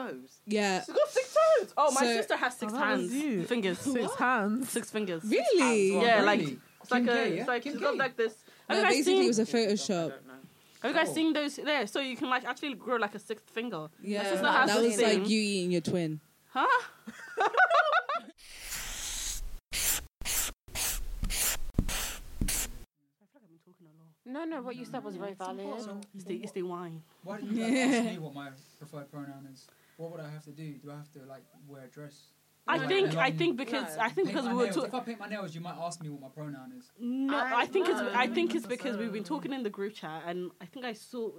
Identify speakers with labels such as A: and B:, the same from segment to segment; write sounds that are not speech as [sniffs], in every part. A: toes.
B: Yeah.
C: She's got six toes.
B: Oh,
C: my
B: So-
C: sister has six
A: Oh, that was
C: hands,
A: you.
C: fingers,
A: Six hands.
C: six fingers.
B: Really?
C: Yeah, like
D: Really?
C: it's like
D: Kim
C: a,
D: K, yeah?
C: it's like
D: Kim
C: she's got
D: K.
C: like this. Have
B: No,
C: you guys
B: basically, it
C: seen?
B: was a
C: I
B: Photoshop.
C: don't know. Have you guys
D: Oh.
C: seen those there? So you can like actually grow like a sixth finger.
B: Yeah,
C: sister has
B: that
C: the
B: was
C: same.
B: like you eating your
C: [laughs]
B: twin.
C: Huh?
E: No, no, what you said was very valid.
D: So,
C: It's the, it's the wine.
D: why didn't you like, ask me what my preferred pronoun is? What would I have to do? Do I have to like wear a dress?
C: I
D: Like,
C: think I
D: long-
C: think because
A: No.
C: I think
D: Paint
C: because
D: my
C: we were
D: nails. If
C: talking.
D: I paint my nails, you might ask me what my pronoun is.
C: No,
A: I
C: I think it's I
A: know.
C: think it's because we've been
A: So-
C: talking in the group chat, and I think I saw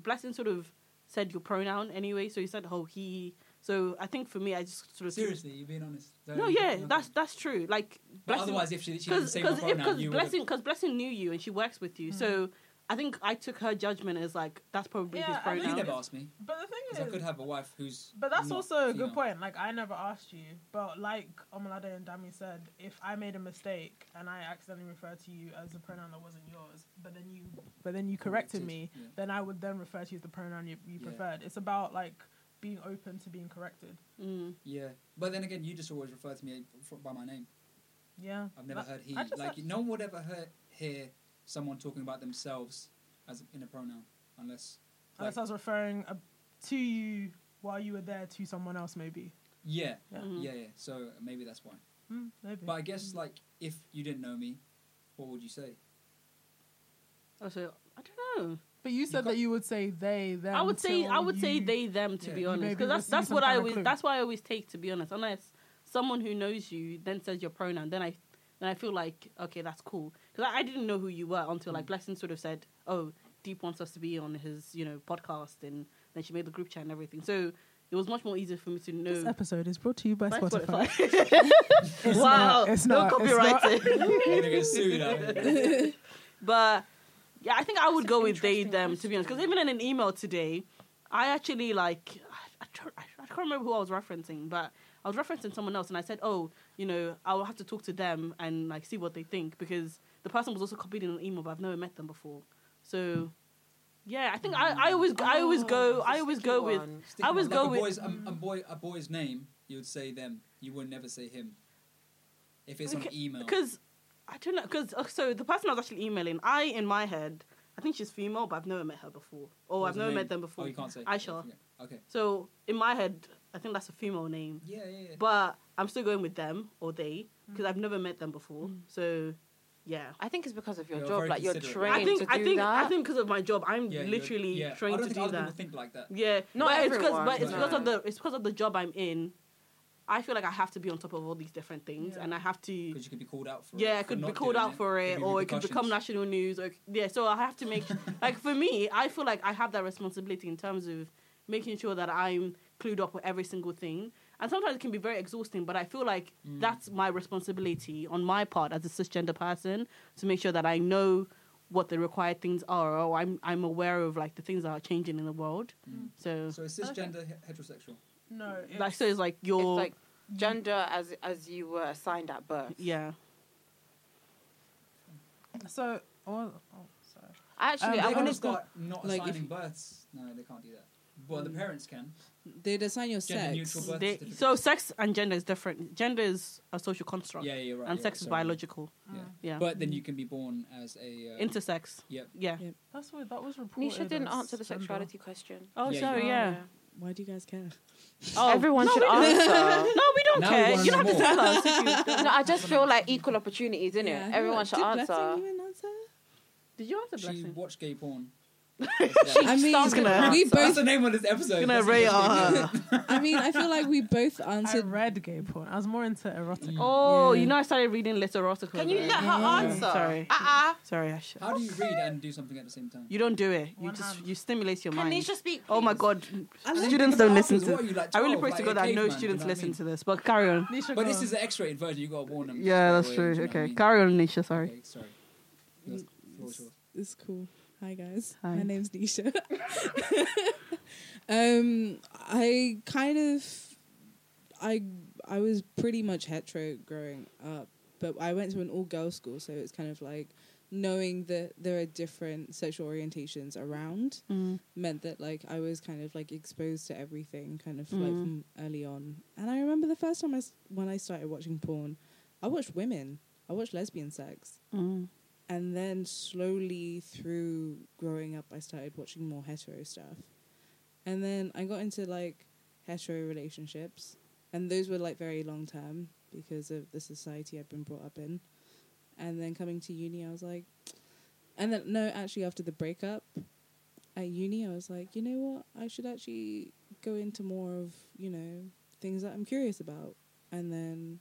C: Blessing sort of said your pronoun anyway. So you said oh he. So I think for me, I just sort of
D: Seriously, you being honest. Don't-
C: No, yeah,
D: nothing.
C: that's that's true. Like
D: But
C: Blessing,
D: otherwise, if she, she didn't
C: because
D: say my pronoun,
C: because
D: you would. Hmm.
C: Blessing because Blessing knew you and she works with you, so. I think I took her judgment as like that's probably
F: Yeah,
C: his
F: I think
D: You
C: pronoun.
D: never asked me
F: But the
D: because I
F: thing
D: could
F: is,
D: have a wife who's.
F: but that's
D: not
F: also a good
D: female.
F: point. Like I never asked you, but like Omalade and Dami said, if I made a mistake and I accidentally referred to you as a pronoun that wasn't yours, but then you but then you corrected
D: Corrected,
F: me,
D: yeah.
F: then I would then refer to you as the pronoun you, you
D: Yeah.
F: preferred. It's about like being open to being corrected.
C: Mm.
D: Yeah, but then again, you just always refer to me f- by my name.
F: Yeah,
D: I've never
F: That-
D: heard he.
F: I just
D: Like
F: had-
D: no one would ever hear, hear someone talking about themselves as in a pronoun unless.
F: unless
D: Like,
F: I was referring uh, to you while you were there to someone else, maybe.
D: yeah,
F: Yeah.
C: Mhm.
D: yeah, yeah. So maybe that's why.
F: Hmm, maybe.
D: But I guess like if you didn't know me, what would you
F: [laughs]
D: say?
C: Also, I don't know.
F: But you said
D: got-
F: that you would say they, them.
C: I would say I
F: till
C: would say
F: you-
C: they them to
D: Yeah,
C: be
D: you
C: honest
F: maybe
C: because that's
F: receive
C: that's
F: some
C: what I
F: kind of
C: always
F: clue.
C: that's what I always take to be honest. Unless someone who knows you then says your pronoun, then I then I feel like okay that's cool because I, I didn't know who you were until
F: Mm.
C: like Blessing sort of said oh Deep wants us to be on his you know podcast and then she made the group chat and everything. So it was much more easier for me to know.
F: This episode is brought to you by
C: By
F: Spotify.
C: Spotify. [laughs]
F: It's
C: wow,
F: not, it's
C: no
F: not, it's not.
C: [laughs] copyrighted.
D: I'm gonna get sued. I
F: [laughs]
D: mean.
C: [laughs] but yeah, I think I would
E: That's
C: go
E: an
C: with they
E: interesting
C: them to be honest. Because even in an email today, I actually like I, I, don't- I I can't remember who I was referencing, but I was referencing someone else, and I said, oh, you know, I will have to talk to them and like see what they think because the person was also copied in an email, but I've never met them before, so. Yeah, I think I, I always
E: Oh,
C: I always go I always go with
D: Stick
C: I always
D: like
C: go
D: a
C: with
D: boy's, um, a, boy a boy's name. You would say them. You would never say him. If it's on
C: Beca-
D: email,
C: Because I don't know. Because so the person I was actually emailing, I in my head, I think she's female, but I've never met her before, or
D: What's
C: I've
D: her
C: never
D: name?
C: met them before.
D: Oh, you can't say
C: Aisha.
D: Okay.
C: So in my head, I think that's a female name,
D: Yeah, yeah. yeah.
C: but I'm still going with them or they
E: Mm.
C: because I've never met them before. So yeah.
E: I think it's because of your
D: You're
E: job.
D: very
E: Like you're
D: considerate.
E: trained
C: I think
E: to do
C: I think
E: that.
C: I think because of my job, I'm
D: Yeah, you're-
C: literally
D: yeah. I
C: trained
D: don't
C: to
D: think
C: do
D: other
C: that.
D: people think like that.
C: Yeah,
E: Not
C: but it's 'cause-
E: everyone,
C: but it's
D: no.
C: because of the it's because of the job I'm in. I feel like I have to be on top of all these different things,
F: Yeah.
C: and I have to
D: Because you could be called out for it.
C: yeah, it
D: for
C: could be
D: not
C: called
D: doing
C: out for it,
D: be
C: or it could
D: repercussions.
C: become national news. Or yeah, so I have to
D: [laughs]
C: make like for me, I feel like I have that responsibility in terms of making sure that I'm clued up with every single thing. And sometimes it can be very exhausting, but I feel like
D: Mm.
C: that's my responsibility on my part as a cisgender person to make sure that I know what the required things are, or I'm I'm aware of like the things that are changing in the world.
D: Mm.
C: So,
D: So it's cisgender he- heterosexual.
F: No, it's,
C: like so it's like
E: it's
C: your
E: like gender as as you were assigned at birth.
C: yeah.
F: so. Oh, oh, sorry.
E: I Actually,
F: Um,
E: I
D: They
E: wanted
D: can
E: to.
D: start not
B: like, if-
D: assigning births. No, they can't do that. Well, the
C: Mm.
D: parents can.
B: They assign your
D: Gender
B: sex.
D: neutral birth
C: They,
D: certificates.
C: so sex and gender is different. Gender is a social construct.
D: yeah, yeah, you're right.
C: and
D: yeah,
C: sex is
D: sorry.
C: biological.
D: Yeah.
C: Yeah. Mm.
D: But then you can be born as a. Um,
C: Intersex.
D: Yep.
C: Yeah.
B: Yeah.
F: That's what that was reported.
E: Nisha didn't
F: as
E: answer the
F: gender.
E: sexuality question.
C: Oh,
D: Yeah,
C: sorry.
D: you-
C: Yeah.
B: Why do you guys care?
C: Oh.
E: Everyone
C: no,
E: should
C: we don't- [laughs]
E: answer.
C: No, we don't
D: Now we
C: care.
D: wanna
C: You
D: know
C: don't have to
D: more.
C: tell us. if you-
E: no, I just feel like equal opportunities, innit?
B: Yeah,
E: it?
B: who-
E: Everyone should
B: did Blessing
E: answer.
B: even answer?
C: Did you answer
D: She
C: blessing?
D: watched gay porn.
C: [laughs]
B: I mean,
E: Someone's gonna
B: we
D: That's
B: both.
D: the name of this episode.
C: Gonna
D: That's
C: rate
D: just gay porn.
C: her.
D: [laughs]
B: I mean, I feel like we both
F: I
B: answered.
F: read gay porn. I was more into
D: Mm.
F: erotic.
C: Oh,
B: Yeah.
C: you know, I started reading Little Rosa.
E: Can you let her answer?
C: Mm, Sorry.
E: Uh-uh.
C: Sorry, I should.
D: How do you read and do something at the same time?
C: You don't do it. You
F: One
C: just
F: hand.
C: you stimulate your
E: Can
C: mind.
E: Nisha speak?
C: Oh my
E: please?
C: God,
B: I like-
C: students don't listen
D: What are
C: to.
D: you, like
C: I really
D: 12,
C: pray to
D: like
C: God
D: a
C: that no
D: caveman,
C: students
D: you know what I
C: listen
D: mean?
C: to this. But carry on.
F: Nisha,
D: But
F: go
D: this
F: on.
D: is the X-rated version. You gotta warn them.
C: Yeah, that's
D: Boy,
C: true.
D: you know what I
C: Okay,
D: mean?
C: carry on, Nisha. Sorry. Mm.
D: Okay, sorry. Your floor is yours.
B: It's cool. Hi guys.
C: Hi.
B: My name's Nisha. [laughs] um, I kind of, I I was pretty much hetero growing up, but I went to an all girls school, so it's kind of like knowing that there are different sexual orientations around meant that like I was kind of like exposed to everything kind of like
G: Mm.
B: from early on. And I remember the first time I s- when I started watching porn, I watched women, I watched lesbian sex,
C: Mm,
B: and then slowly through growing up, I started watching more hetero stuff, and then I got into like hetero relationships, and those were like very long term because of the society I'd been brought up in, and then coming to uni, I was like, [sniffs] and then no, actually after the breakup at uni, I was like, you know what, I should actually go into more of you know things that I'm curious about, and then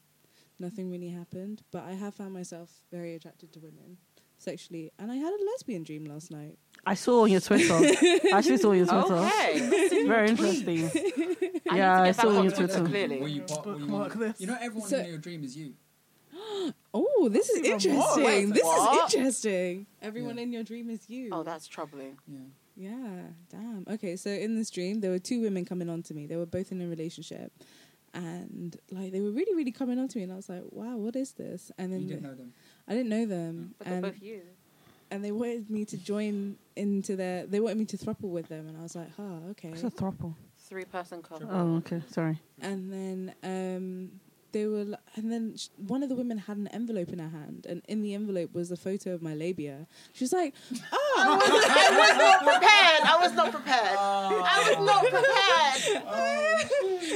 B: nothing really happened. But I have found myself very attracted to women sexually, and I had a lesbian dream last night.
C: I saw on your Twitter. I actually saw your Twitter.
H: Okay.
C: Very interesting. Yeah,
H: I need
C: I
H: to get
C: saw
H: that
C: on your
H: off Twitter,
C: Twitter.
D: Were
H: clearly.
D: you part? Were you,
F: Bookmark
D: one-
F: this.
D: you know, everyone
B: So-
D: in your dream is you.
B: Oh, this is interesting.
H: Wait,
B: this
H: what?
B: is interesting. Everyone
D: Yeah.
B: in your dream is you.
H: Oh, that's troubling.
D: Yeah.
B: Yeah, damn. Okay, so in this dream, there were two women coming on to me. They were both in a relationship. And like they were really, really coming on to me, and I was like, "Wow, what is this?" And then
D: You didn't know them.
B: I didn't know them,
H: But they're
B: and
H: both you.
B: and they wanted me to join into their. They wanted me to throuple with them, and I was like, "Huh, [laughs] okay."
C: It's a throuple.
H: Three person couple.
C: Oh, okay. Sorry.
B: and then um they were li- and then sh- one of the women had an envelope in her hand and in the envelope was a photo of my labia she's like
H: I was not prepared. I was not prepared. I was not prepared.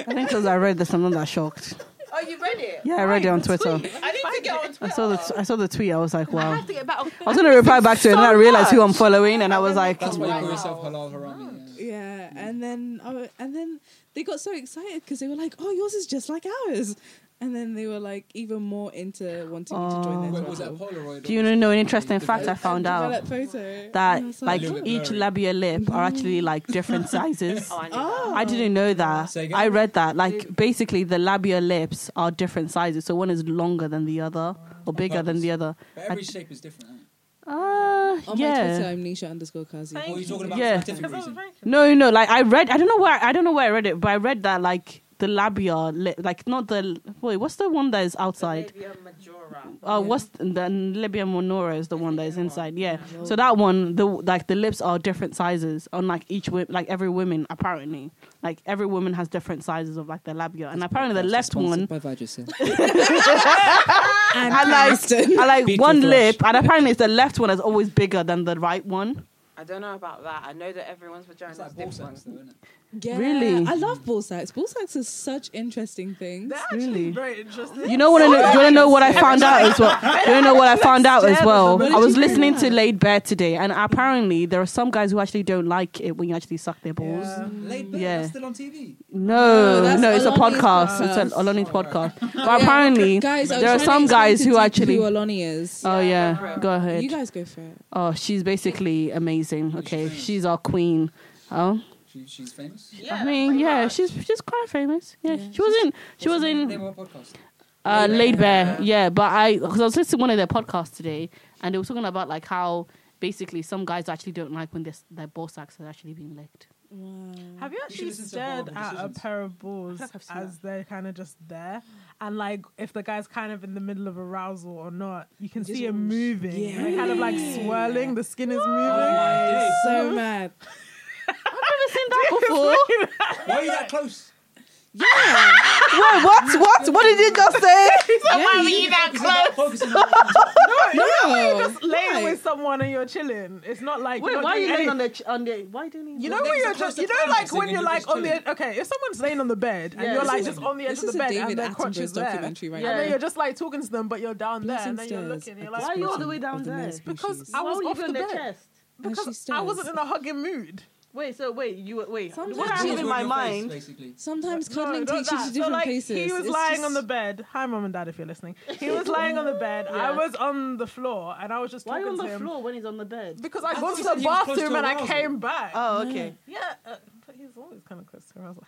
C: I think because I read this, I'm not that shocked.
H: Oh, you read it?
C: Yeah, I read it on Twitter.
H: I need to get on Twitter.
C: I saw the t- I saw the tweet. I was like,
G: I
C: wow.
G: have to get back. on-
C: I was gonna reply back to it, and then I realized who I'm following, and I was like,
D: That's why you
C: wow.
D: call yourself halal harami. Yeah.
B: yeah and then I wa- and then they got so excited because they were like oh yours is just like ours and then they were like even more into wanting me to join
D: Wait,
B: their
D: was that
B: throuple.
D: Polaroid?
C: Do you know an interesting fact I found out?
B: Developed photo
C: That
B: And I was
C: like
D: A little bit
C: each
D: blurry.
C: labial lip are actually like different sizes.
H: [laughs] Oh, I knew
B: oh
C: I didn't know that.
D: Say again?
C: I read that. Like basically, the labial lips are different sizes, so one is longer than the other or bigger than
D: purpose.
C: the other.
D: But every shape is different.
C: Uh,
D: Aren't
B: on "Oh, my Twitter,
C: yeah.
B: I'm Nisha underscore Kazi.
D: it? Or are you talking about
C: Yeah.
D: scientific
F: Because I was
D: reason?
F: very
C: No, no. Like I read. I don't know where. I don't know where I read it, but I read that like the labia lip, like not the wait. What's the one that is outside? Oh,
B: Yeah.
C: what's the, the Libya Monora is the one that is inside. Yeah.
B: Yeah.
C: So that one, the like the lips are different sizes on like each wo- like every woman apparently. Like every woman has different sizes of like the labia, and apparently the left one [laughs]
D: By Vagisil.
B: And
C: I like [laughs]
B: Kristen.
C: I like
D: Beetle
C: one
D: flush.
C: lip, and apparently it's the left one is always bigger than the right one.
H: I don't know about that. I know that everyone's vagina
D: It's
H: is
D: like ball
H: different.
D: sex, though, isn't it?
B: Yeah,
C: Really?
B: I love ball sacks. Ball sacks are such interesting things.
C: Really.
F: Very interesting.
C: You know what? I know, do you want to know what I found out as well? Do you know what I found out as well?
B: What
C: I
B: did
C: was
B: you
C: listening to
B: find out?
C: Laid Bare today, and apparently there are some guys who actually don't like it when you actually suck their balls.
D: Laid Bare,
C: Yeah.
D: that's still on TV.
C: No,
B: No, that's
C: no, it's a
B: Oloni's
C: podcast.
B: podcast.
C: It's a Oloni's
D: Sorry.
C: podcast. But apparently,
B: guys, I
C: there are
B: was trying to
C: some
B: explain
C: guys
B: to
C: who
B: Deep
C: actually-
B: who Aloni is.
C: oh
H: Yeah,
C: yeah,
H: go
C: go
B: You
C: ahead.
B: guys go for it.
C: Oh, she's basically amazing. Okay,
D: famous.
C: she's our queen. Oh,
D: She, she's famous.
H: Yeah,
C: I mean,
H: pretty
C: yeah,
H: much.
C: she's she's quite famous. Yeah,
B: Yeah.
C: she was in she was
D: They
C: in
D: were a podcast.
C: uh, Laid
H: Laid
C: Bare.
H: Bare.
C: Yeah, but I because I was listening to one of their podcasts today, and they were talking about like how basically some guys actually don't like when their their ball sacks are actually being licked.
B: Wow.
F: Have you actually
D: listen to
F: stared
D: Vulnerable
F: at a
D: Decisions.
F: pair of balls
C: like I've seen
F: as they're kind of just there? And like, if the guy's kind of in the middle of arousal or not, you can
B: Just
F: see him
B: watch.
F: moving.
B: Yeah.
F: They're kind of like swirling. The skin is
D: Oh
F: moving.
D: Why
B: so
F: [laughs]
B: mad.
C: I've never seen that before.
D: are you that close?
B: Yeah.
C: Wait, what? What? What did you
D: [laughs]
C: just say?
B: yeah you-
C: [laughs]
D: Focusing on the
B: no.
F: Just laying
B: Right.
F: with someone and you're chilling. It's not like
G: Wait,
F: you're
G: why are you
F: laying
G: laying on the ch- on the? Why do you? need-
F: You
D: Well,
F: know
D: then
F: when
D: it's
F: you're
D: a
F: just, you
D: constant
F: know, like
D: fantasy
F: when
D: and
F: you're
D: you're
F: like
D: just
F: on the
D: chilling.
F: edge. Okay, if someone's laying on the bed and
G: Yeah,
F: you're
G: this
F: like
D: is
F: just
D: a-
F: on the edge
B: this
F: of
B: is
F: the
B: a
F: bed
B: David
F: and the crotch
B: Attenborough's
F: is there, and
B: documentary right
G: Yeah.
F: then
B: now.
F: you're just like talking to them, but you're down there,
B: Blessing
F: and then you're
B: stares
F: looking.
B: at
F: You're
B: the
G: Why are
F: like,
G: you all the
B: spectrum
G: way down
B: of the
G: there?
B: male species.
F: because I
G: Why
F: was
G: were you
F: off
G: on
F: the
G: their
F: bed
G: chest?
B: And she
F: because I
B: stares.
F: wasn't in a hugging mood.
G: Wait, so wait, you wait.
B: Sometimes
G: what
B: it's
G: I have
D: She was
G: in
B: just
G: my
D: rubbing your face,
G: mind.
D: basically.
B: Sometimes
F: No,
B: cuddling
F: not
B: takes you
F: that.
B: to
F: so
B: different
F: like,
B: places.
F: He was
B: It's
F: lying
B: just-
F: on the bed. Hi, mom and dad, if you're listening. He was lying on the bed. I
G: Yeah.
F: was on the floor, and I was just
G: Why are you
F: talking
G: on
F: to
G: the
F: him
G: floor when he's on the bed?
F: because I'd
D: I
F: gone
D: thought
F: to
D: you
F: the
D: said you was close to
F: bathroom and I
D: arousal.
F: came back.
G: Oh, okay.
C: [laughs]
F: Yeah, uh, but he's always kind of close to arousal.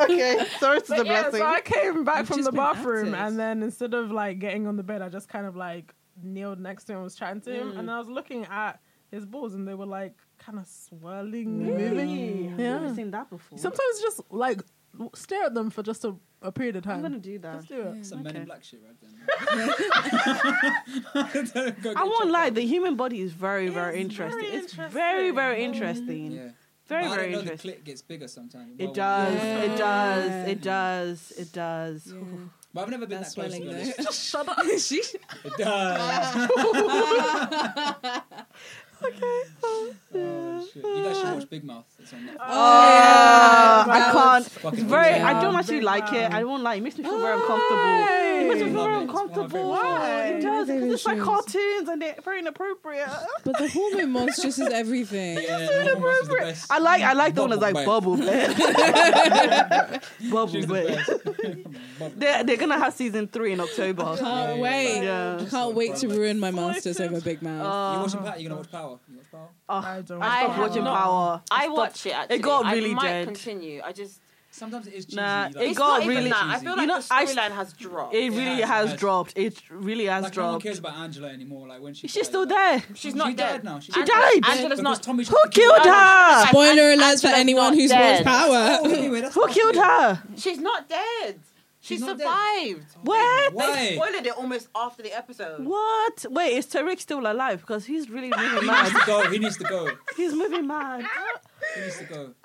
C: Okay, sorry to
F: But yeah, so I came back
C: You've
F: from
C: just
F: the
C: been
F: bathroom,
C: active.
F: and then instead of like getting on the bed, I just kind of like kneeled next to him, was chatting to him,
C: Mm.
F: and I was looking at his balls, and they were like kind of swirling, moving.
G: Really? I've never seen that before.
F: Sometimes just like w- stare at them for just a, a period of
C: I'm gonna
F: time.
C: do that.
F: Let's do it.
D: Some men
C: Okay.
D: in black shit right
C: [laughs]
D: then. [laughs] Don't go
C: I won't
D: get checked
C: lie,
D: out.
C: the human body is very,
F: It
C: very
F: is
C: interesting.
F: very
C: it's very, very
D: Yeah.
C: interesting.
D: But
C: Very,
D: I don't
C: very
D: know, the
C: interesting.
D: clit gets bigger sometimes.
C: It
D: Well,
C: does, it does,
B: Yeah.
C: it does, it does.
B: Yeah.
D: But I've never been
B: That's
D: that close. to
B: swelling
D: be
B: though.
D: honest.
F: Just
C: [laughs]
F: shut up. [laughs]
B: she,
D: It does. okay. Oh, shit. You guys should watch Big Mouth. It's on
B: Oh,
D: Netflix.
C: Ah,
F: Yeah,
C: Oh, I can't.
D: Fucking
C: It's very.
D: amazing.
C: I don't
F: Yeah.
C: actually
F: Big
C: like it.
F: mouth.
C: I won't lie. It makes me feel very uncomfortable. It makes me feel
D: Love
C: very
D: it. It's one of my
C: uncomfortable.
D: favourite shows.
C: Why? It does
B: My
C: because it's like
B: favourite
C: cartoons and they're very
D: [laughs]
C: inappropriate.
B: but the hormone monstrous is
F: [laughs]
B: everything.
D: Yeah, Big Mouth is the best.
C: I like. I like the one that's like bubble
D: Bubble
C: bed. bubble
D: [laughs] She's the
C: bed. [laughs]
D: best. Bubble.
C: They're they're gonna have season three in [laughs] October.
B: Can't
D: Yeah,
B: wait.
C: yeah.
B: Can't wait to ruin my masters over Big
F: Oh.
B: Mouth.
D: You
C: Uh,
D: watching Power? You gonna watch Power? You watch Power?
F: I don't.
C: I stopped
H: have
C: watching
H: not.
C: Power.
H: I
C: stopped-
H: watch it. Actually.
C: It got really
H: I might
C: dead.
H: Continue. I just.
D: Sometimes it is cheesy.
C: Nah,
D: like,
C: it
H: It's
C: got
H: not even
C: really
H: that. I
D: cheesy.
H: feel
C: You
H: like
C: know,
H: the
C: I-
H: storyline has dropped.
C: It
D: Yeah,
C: really
D: it
C: has
D: has.
C: dropped. It really has
D: like, no one
C: dropped.
D: cares about Angela anymore. Like when she.
C: She's
D: died,
C: still
D: like-
C: there.
H: She's
D: She
H: not
D: died
H: dead.
D: now. She
C: She
H: Ang-
C: died.
H: Angela's
D: Because
H: not.
D: Tommy
C: Who killed her?
B: Spoiler
H: And-
B: alert for
H: Angela's
B: anyone
H: not
B: who's watched
H: dead.
B: Power.
D: Oh, anyway, that's
C: Who
D: not
C: killed
D: good.
C: her?
H: She's not dead. She
D: She's not dead.
H: survived.
C: What?
H: They
D: Why?
H: spoiled it almost after the episode.
C: What? Wait, is Tariq still alive? Because he's really [laughs] moving
D: He needs
C: mad.
D: to go. He needs to go.
C: He's moving mad.
D: He needs to go.
B: [laughs]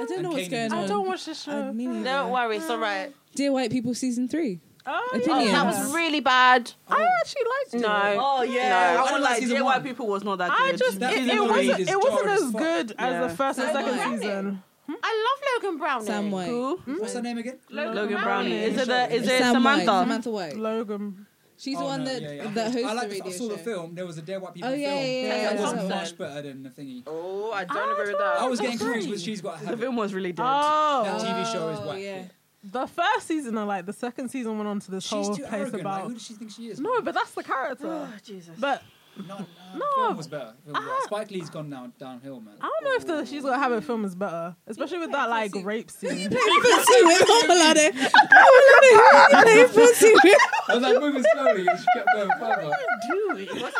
B: I don't know what's
D: Kane
B: going
D: is-
B: on.
F: I don't watch this show.
B: Uh, me neither.
H: Don't worry, it's alright.
B: Dear White People season three.
F: Oh, yeah.
H: Oh,
B: Opinions.
H: that was really bad.
F: I actually liked it.
H: No.
C: Oh yeah,
H: No.
C: I
D: I
C: won't
D: like
C: lie.
D: season
C: JY
D: one.
C: people was not that
F: I
C: good.
F: just
D: That
F: it,
D: season
F: it
D: one
F: wasn't
D: is
F: it wasn't
D: jarred as
F: as
D: fuck.
F: good
C: Yeah.
F: as the first and
H: Sam
F: second
H: White.
F: season.
H: I love Logan Browning.
B: Sam White.
C: Who?
D: What's her name again?
H: Logan,
C: Logan
H: Browning.
C: Browning. Is it
D: Browning.
C: the? Is it
B: Sam
C: Samantha?
B: White. Samantha White.
F: Logan.
B: She's
D: Oh,
B: the one
D: no,
B: that
D: yeah, yeah.
B: that hosts
D: I like
B: the radio
D: I saw
B: show.
D: the film. There was a Dead White People
B: Oh, yeah,
D: film.
B: yeah, yeah,
H: yeah,
D: That was
B: [laughs]
H: yeah.
D: much better than the thingy.
H: Oh, I don't agree with that.
D: I was getting
F: sorry.
D: confused with She's Got a
C: The
D: Habit.
C: film was really dead.
D: That
F: Oh,
D: TV show is
B: Oh,
D: whack.
B: yeah.
F: the first season and like the second season went on to this
D: She's
F: whole
D: too
F: place
D: arrogant. Like,
F: about.
D: who does she think she is?
F: no, but that's the character.
H: Oh,
C: Jesus.
F: but
D: no, no,
F: No.
D: oh, Film was better. Film was better. Spike Lee's gone now downhill, man.
F: I don't know if the She's Gotta Have It film is better, especially with that like rape
D: [laughs]
F: scene.
B: Pussy with Omalade. Oh, [laughs] Omalade, play
D: [laughs]
B: pussy with-
D: I was like moving slowly, and she kept going [laughs] further.
B: Omalade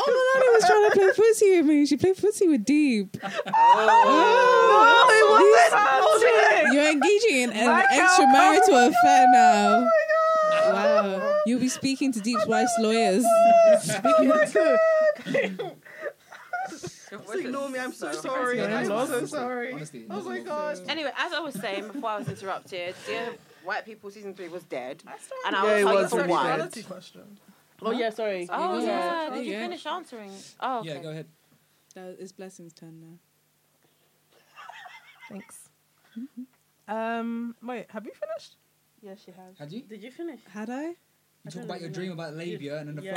B: Oh, was trying to play pussy with me. She played pussy with Deep.
D: Oh.
C: Oh,
B: You're engaging in an extramarital affair
D: Oh
B: now. Wow. You'll be speaking to Deep's wife's lawyers.
C: Ignore me. I'm so sorry.
D: Yeah,
C: I'm
D: that's
C: so
D: awful.
C: sorry.
D: Honestly, oh my god.
H: Anyway, as I was saying before I was interrupted, Dear White People season three was dead. And I
C: Yeah, it
H: will tell you
C: was
H: for
C: really
H: why.
C: dead.
F: Reality question.
C: Oh yeah, sorry.
B: There
H: Oh
B: you go.
H: yeah,
B: There
H: did
B: you
H: you
B: go.
H: finish answering? Oh, okay.
D: Yeah, go ahead.
B: That is Blessing's turn now.
F: Thanks. Um, wait, have you finished?
C: Yeah, she has.
D: Had you?
C: Did you finish?
B: Had I?
D: You talk about your dream about labia and then the
C: Yeah.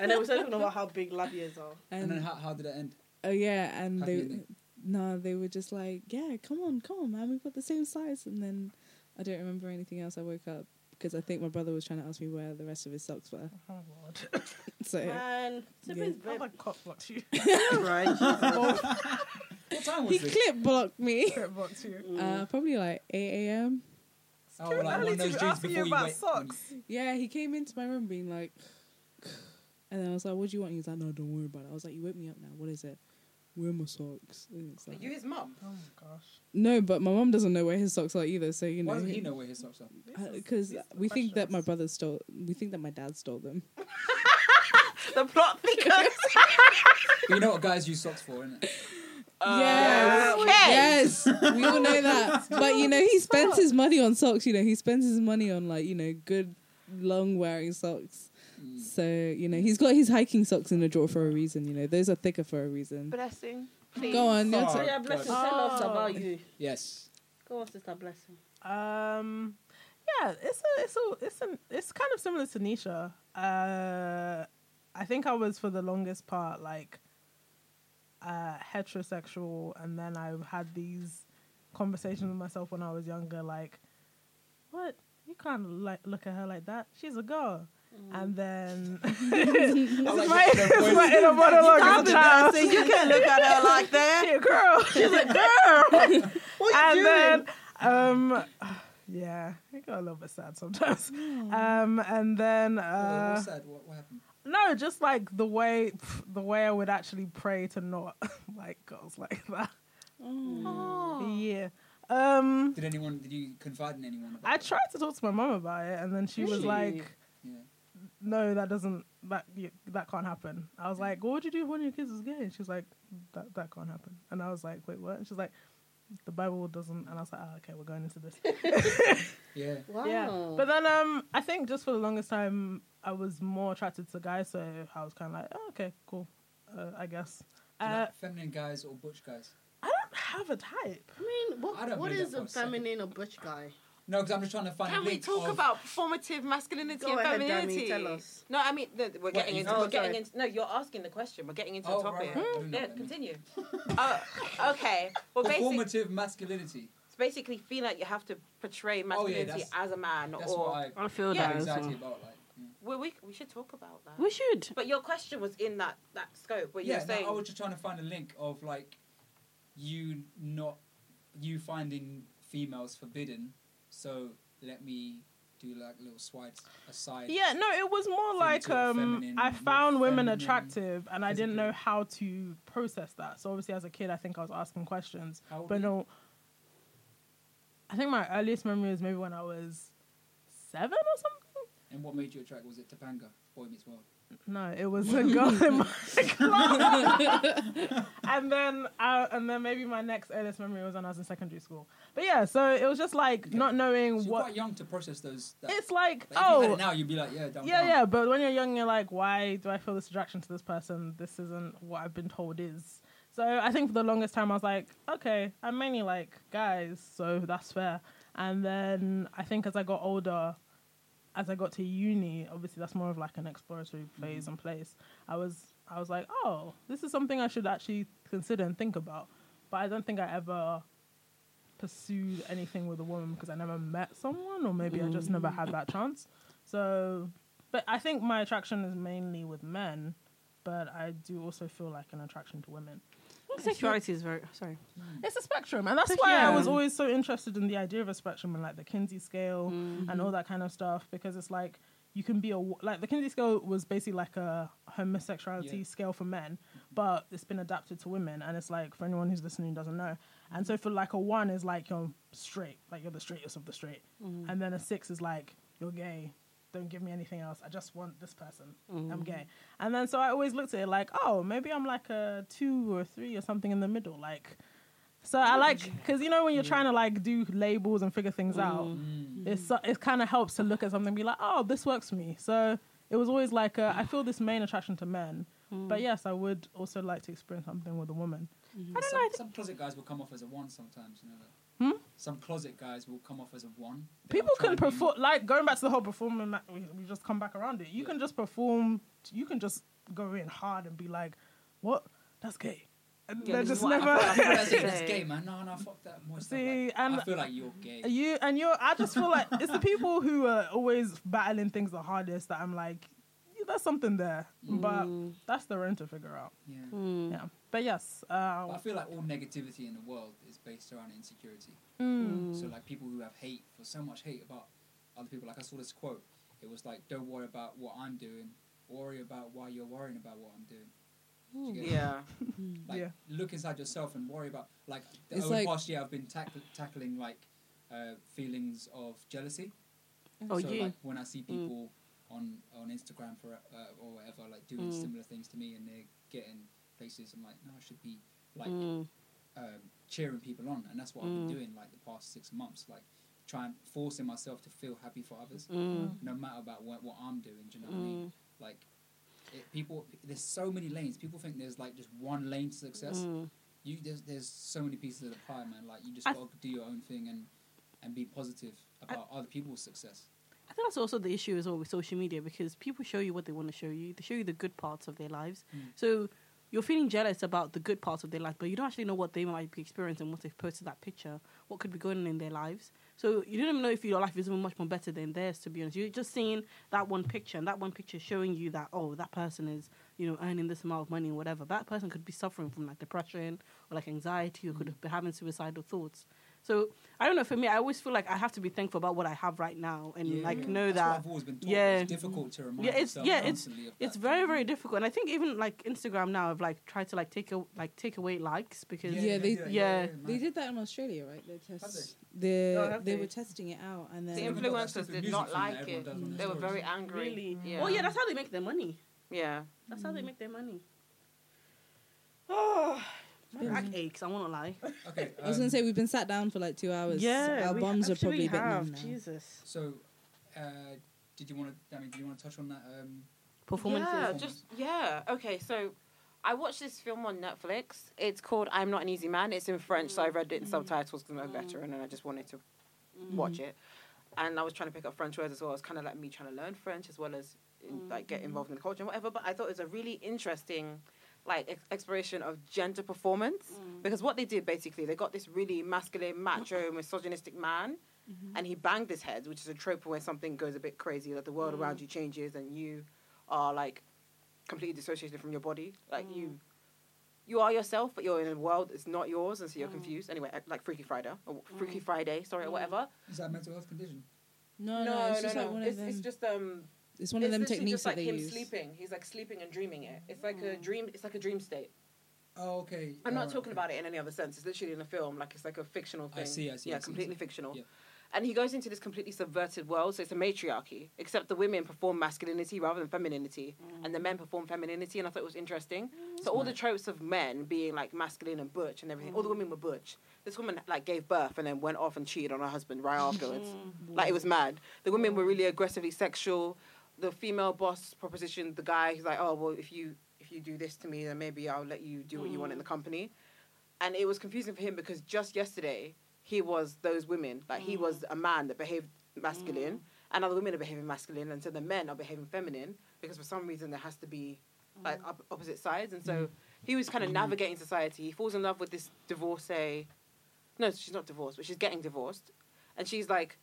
C: [laughs] and then we started talking about how big labias are.
D: and then
B: And
D: how, how did it end?
B: oh yeah, and
D: Happy
B: they
D: ending.
B: no, they were just like, yeah, come on, come on, man, we've got the same size. And then I don't remember anything else. I woke up because I think my brother was trying to ask me where the rest of his socks were. [laughs]
F: Oh lord,
B: So
C: Man, siblings,
F: how
C: babe.
F: the cock blocked you? [laughs]
C: right?
D: What time
B: he
D: was this?
B: clip blocked
D: [laughs]
B: me.
F: Cock blocked
D: Mm.
F: you.
B: Uh, probably like eight a.m.
D: Oh, well, like one
F: Early
D: of those
F: to be
D: dreams
F: asking you
D: before you
F: about
D: wake.
F: socks.
B: Yeah, he came into my room being like, [sighs] and then I was like, "What do you want?" He was like, "No, don't worry about it." I was like, "You woke me up now. What is it? Where are my socks?" And it's
H: Are
B: like-
H: you his mum?
F: Oh my gosh.
B: no, but my mom doesn't know where his socks are either. So you know,
D: Why doesn't he know where his socks are?
B: because we think that my brother stole. We think that my dad stole them.
H: The plot thickens.
D: But you know what guys use socks for, innit?
B: yes,
H: okay.
B: yes, we all know that. But you know, he spends his money on socks. You know, he spends his money on like you know good long wearing socks. So you know, he's got his hiking socks in a drawer for a reason. You know, those are thicker for a reason.
H: [laughs] Blessing. Please.
B: Go on, Oh. your
D: Oh,
B: turn.
C: yeah,
D: God.
C: blessing. Tell us about you.
D: Yes.
C: Go on, sister. Blessing.
F: Um, yeah, it's a, it's a, it's an, it's kind of similar to Nisha. Uh, I think I was for the longest part like uh, heterosexual, and then I had these conversations with myself when I was younger, like, "What? You can't like look at her like that. She's a girl."
C: Mm.
F: And then
C: [laughs]
F: [laughs]
D: I was
F: my,
D: like, the voice-
F: my inner monologue as a child.
C: you can't look at her like that.
F: [laughs] Yeah, girl. She's a girl.
D: [laughs]
F: and then, um, [sighs] yeah, it got a little bit sad sometimes. Um, and then,
D: Oh,
F: uh,
D: what's that? What, what happened?
F: no, just like the way, [sighs] pff, the way I would [laughs] actually pray to not like girls like that.
H: Oh.
F: Yeah. Um,
D: Did anyone? Did you confide in anyone? About
F: I
D: it?
F: tried to talk to my mum about it, and then she was
D: Really?
F: like,
D: Yeah.
F: "No, that doesn't. That you, that can't happen." I was like, "What would you do if one of your kids was gay?" And she was like, "That that can't happen." And I was like, "Wait, what?" And she's like, "The Bible doesn't." And I was like, oh, "Okay, we're going into this."
D: Yeah.
E: Wow.
F: Yeah. But then um I think just for the longest time I was more attracted to guys, so I was kind of like, oh, okay, cool, uh, I guess.
D: Do you
F: Uh,
D: like feminine guys or butch guys?
F: I don't have a type.
E: I mean,
D: I don't
E: what, what
D: believe
E: is
D: that for
E: a
D: a second.
E: feminine or butch guy?
D: No, because I'm just trying to find.
H: Can
D: a
H: we
D: link
H: talk
D: of-
H: about performative masculinity
E: Go
H: and
E: ahead,
H: femininity?
E: Dami, tell us.
H: No, I mean the, we're getting
D: you-
H: into
D: oh,
H: we're getting
E: sorry.
H: into no. You're asking the question. We're getting into
D: Oh,
H: the
D: right,
H: topic.
D: right, I didn't know
H: Yeah,
D: that. [laughs]
H: continue. oh, okay. Well, basically,
D: performative masculinity?
H: it's basically feel like you have to
D: Oh,
H: portray
D: yeah,
H: masculinity
D: that's-
H: as a man,
D: That's
H: or
D: what I
A: I feel
H: Yeah.
A: that.
D: get
A: as
D: anxiety
A: well.
D: about. Like, yeah.
H: Well, we we should talk about that.
A: We should.
H: But your question was in that that scope where you
D: yeah,
H: were saying
D: no, I was just trying to find a link of like you not you finding females forbidden, so let me do like little swipes aside.
F: Yeah, no, it was more
D: Things
F: like
D: that are
F: um
D: feminine,
F: I
D: more
F: found women
D: feminine,
F: attractive, and I didn't
D: physically.
F: know how to process that. So obviously, as a kid, I think I was asking questions,
D: How old
F: but
D: were you?
F: no. I think my earliest memory is maybe when I was seven or something.
D: And what made you attract? Was it Topanga, Boy Meets World?
F: No, it was a girl in
D: [laughs]
F: my class. and then, uh, and then maybe my next earliest memory was when I was in secondary school. But yeah, so it was just like
D: Okay.
F: not knowing
D: So you're quite
F: what.
D: young to process those. That,
F: It's like,
D: like, if you had
F: oh,
D: it now you'd be like, yeah, down,
F: yeah,
D: down.
F: yeah. But when you're young, you're like, why do I feel this attraction to this person? This isn't what I've been told is. So I think for the longest time, I was like, okay, I mainly like guys, so that's fair. And then I think as I got older, as I got to uni, obviously that's more of like an exploratory phase and place. I was, I was like, oh, this is something I should actually consider and think about. But I don't think I ever pursued anything with a woman because I never met someone, or maybe I just never had that chance. So, but I think my attraction is mainly with men, but I do also feel like an attraction to women.
A: Sexuality is very sorry.
F: Mm. It's a spectrum, and that's
A: But
F: why I
A: yeah.
F: was always so interested in the idea of a spectrum and like the Kinsey scale
A: Mm-hmm.
F: and all that kind of stuff because it's like you can be a wo- like the Kinsey scale was basically like a homosexuality
D: Yeah.
F: scale for men, but it's been adapted to women, and it's like for anyone who's listening who doesn't know. And so for like a one is like you're straight, like you're the straightest of the straight,
A: Mm-hmm.
F: and then a six is like you're gay. Don't give me anything else. I just want this person. I'm gay.
A: Mm-hmm.
F: And then so I always looked at it like, oh, maybe I'm like a two or a three or something in the middle. Like, so I like because you know when you're trying to like do labels and figure things out,
H: Mm.
D: Mm.
F: it's so- it kind of helps to look at something and be like, oh, this works for me. So it was always like uh, I feel this main attraction to men,
H: Mm.
F: but yes, I would also like to experience something with a woman.
D: But some, some closet guys will come off as a one sometimes. You know that.
F: Hmm?
D: Some closet guys will come off as a
F: [laughs]
D: one. They
F: People
D: will try
F: can
D: and be-
F: perform like going back to the whole performing. ma- We, we just come back around it. You
D: Yeah.
F: can just perform. You can just go in hard and be like, what? That's gay. And
H: Yeah,
F: they're
H: this is
F: just
H: what I
F: never.
H: feel like.
D: That's, it, that's gay, man. No, no, fuck that. More stuff,
F: See,
D: like,
F: and-
D: I feel like you're gay.
F: You and you're. I just feel like it's the people who are always battling things the hardest that I'm like, yeah, there's something there, but
D: Mm.
F: that's their own to figure out.
D: yeah. Mm.
F: Yeah. But yes, uh,
D: But I feel like all negativity in the world is based around insecurity.
F: mm,
D: So like people who have hate for so much hate about other people. Like I saw this quote. It was like, "Don't worry about what I'm doing. Worry about why you're worrying about what I'm doing." Do you get it?
H: yeah,
D: Like
F: Yeah.
D: look inside yourself and worry about like the
B: It's
D: over
B: like-
D: past year I've been tack- tackling like uh, feelings of jealousy.
A: Oh,
D: so
A: you.
D: like when I see people on on Instagram for uh, or whatever like doing similar things to me and they're getting places, I'm like, no, I should be like um, cheering people on, and that's what I've been doing like the past six months, like trying forcing myself to feel happy for others,
C: Mm.
D: no matter about what, what I'm doing. Do you know what I mean? Like it, people, there's so many lanes. People think there's like just one lane to success.
C: Mm.
D: You there's there's so many pieces of the pie, man. Like you just
A: I-
D: gotta do your own thing and and be positive about other people's success.
A: I think that's also the issue as well with social media because people show you what they want to show you. They show you the good parts of their lives.
C: Mm.
A: So you're feeling jealous about the good parts of their life, but you don't actually know what they might be experiencing once they've posted that picture, what could be going on in their lives. So you don't even know if your life is even much more better than theirs, to be honest. You're just seeing that one picture, and that one picture is showing you that, oh, that person is, you know, earning this amount of money or
D: Mm.
A: whatever. That person could be suffering from like depression or like anxiety or could be having suicidal thoughts.
C: So I don't know. For me, I always feel like I have to be thankful about what I have right now, and
D: Yeah,
C: like
D: yeah.
C: know
D: That's what
C: that
D: I've always been taught.
C: yeah.
D: It's difficult to remind
C: Yeah, it's-
D: yourself
C: yeah, it's-
D: constantly of
C: it's
D: that.
C: very very difficult. And I think even like Instagram now, I've like tried to like take a, like take away likes because
B: Yeah, they-
D: do it,
C: yeah.
D: man.
B: They did that in Australia, right? They test
H: Oh,
B: the
H: have
B: they
H: they?
B: were testing it out, and
H: The
B: then
D: Same. Everyone got that
H: influencers
D: stupid
H: did
D: music
H: not
D: thing that
H: like
D: everyone
H: it.
D: does on
H: They were
D: stories.
H: very angry.
C: Really?
H: Yeah.
C: Oh yeah, that's how they make their money.
H: Yeah.
C: That's
B: Mm.
C: how they make their money. Oh, my back aches. I won't lie.
D: Okay,
B: I was
D: um,
B: gonna say we've been sat down for like two hours. our
C: we
B: bombs are
C: actually
B: probably a bit numb
C: have.
B: now.
C: Jesus.
D: So, uh, did you want to? I mean, do you want to touch on that? Um,
C: Performances.
H: Yeah, just yeah. Okay, so I watched this film on Netflix. It's called I'm Not an Easy Man. It's in French, so I read it in subtitles because I'm a veteran and I just wanted to watch it. And I was trying to pick up French words as well. It's kind of like me trying to learn French as well as in, like get involved in the culture and whatever. But I thought it was a really interesting like ex- exploration of gender performance because what they did basically they got this really masculine macho misogynistic man and he banged his head which is a trope when something goes a bit crazy like the world around you changes and you are like completely dissociated from your body. Like you, you are yourself, but you're in a world that's not yours, and so you're confused. Anyway, uh, like Freaky Friday or Freaky Friday, sorry, or whatever.
D: is that a mental health condition?
B: Oh, No, no, it's just like one
H: It's,
B: of them.
H: it's
B: It's,
H: just um,
B: one of
H: it's
B: them
H: literally
B: techniques
H: just like
B: that they
H: him
B: use. Mm.
H: sleeping. He's like sleeping and dreaming it. It's like a dream. It's like a dream state.
D: Oh, okay.
H: I'm not
D: alright, okay.
H: talking about it in any other sense. It's literally in a film, like it's like a fictional
D: I
H: thing.
D: see, I see,
H: Yeah,
D: I see, I
H: completely
D: see.
H: fictional.
D: Yeah.
H: And he goes into this completely subverted world, so it's a matriarchy, except the women perform masculinity rather than femininity, and the men perform femininity, and I thought it was interesting. So all the tropes of men being like masculine and butch and everything, all the women were butch. This woman like gave birth and then went off and cheated on her husband right afterwards. like it was mad. The women were really aggressively sexual. The female boss propositioned the guy, he's like, oh well, if you if you do this to me, then maybe I'll let you do what you want in the company and it was confusing for him because just yesterday he was those women like he was a man that behaved masculine and other women are behaving masculine and so the men are behaving feminine because for some reason there has to be like op- opposite sides and so he was kind of navigating society he falls in love with this divorcee no she's not divorced but she's getting divorced and she's like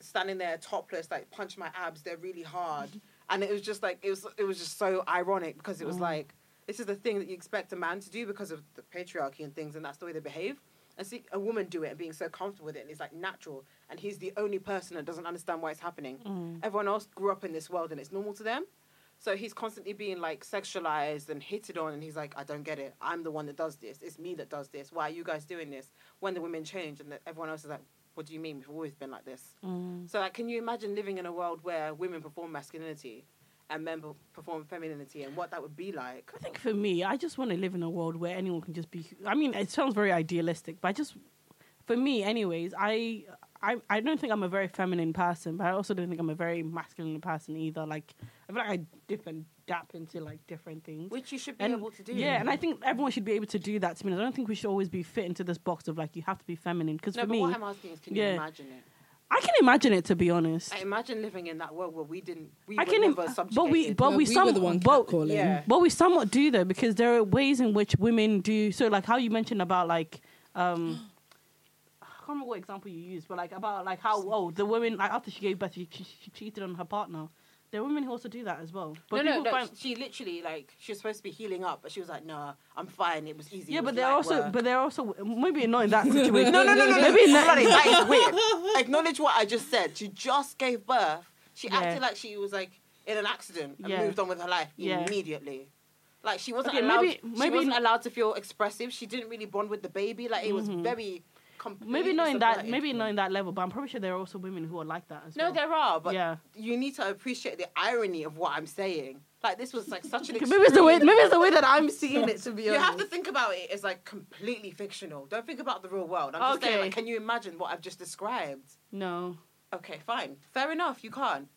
H: standing there topless like punch my abs they're really hard and it was just like it was it was just so ironic because it was like this is the thing that you expect a man to do because of the patriarchy and things and that's the way they behave and see a woman do it and being so comfortable with it and it's like natural and he's the only person that doesn't understand why it's happening everyone else grew up in this world and it's normal to them so he's constantly being like sexualized and hitted on, and he's like, I don't get it. I'm the one that does this. It's me that does this. Why are you guys doing this? When the women change, and the, everyone else is like, What do you mean? We've always been like this.
C: Mm.
H: So, like, can you imagine living in a world where women perform masculinity and men pe- perform femininity and what that would be like?
C: I think for me, I just want to live in a world where anyone can just be. I mean, it sounds very idealistic, but I just, for me, anyways, I, I, I don't think I'm a very feminine person, but I also don't think I'm a very masculine person either. Like, I feel like I dip and dap into like different things.
H: Which you should be able to do.
C: Yeah, and I think everyone should be able to do that. To me, I don't think we should always be fit into this box of like you have to be feminine. Because
H: no,
C: for
H: but
C: me,
H: what I'm asking is, can you
C: yeah.
H: imagine it?
C: I can imagine it to be honest.
H: I imagine living in that world where we didn't, we
C: I
H: were
C: can im-
H: never subjugated.
C: but we, but
B: No,
C: we,
B: we were
C: some,
B: the one
C: but,
B: catcalling.
H: Yeah.
C: but we somewhat do though because there are ways in which women do. So like how you mentioned about like, um, [gasps] I can't remember what example you used, but like about like how oh the women like after she gave birth she, she, she cheated on her partner. There are women who also do that as well. But
H: no, no,
C: people
H: no.
C: find-
H: she literally like she was supposed to be healing up, but she was like, "Nah, I'm fine. It was easy."
C: yeah,
H: it
C: but
H: was
C: they're
H: light
C: also,
H: work."
C: but they're also maybe not in
H: [laughs]
C: that situation.
H: no, no, no, no, no.
C: maybe in that-
H: Bloody, that
C: [laughs]
H: is weird. Acknowledge what I just said. She just gave birth. She
C: Yeah.
H: acted like she was like in an accident and
C: Yeah.
H: moved on with her life
C: Yeah.
H: immediately. Like she wasn't
C: Okay,
H: allowed.
C: maybe-
H: she
C: maybe
H: wasn't
C: n-
H: allowed to feel expressive. She didn't really bond with the baby. Like it was very. Completely
C: Mm-hmm. maybe not in that,
H: subverted.
C: maybe not in that level. But I'm pretty sure there are also women who are like that as
H: No,
C: well.
H: there are, but
C: Yeah.
H: you need to appreciate the irony of what I'm saying. Like this was like such an.
C: Okay, maybe it's the way,
H: extreme-
C: maybe it's the way that I'm seeing it. To be
H: [laughs] You
C: honest,
H: have to think about it as like completely fictional. Don't think about the real world. I'm just saying,
C: Okay.
H: like, can you imagine what I've just described?
C: no.
H: Okay, fine, fair enough. You can't.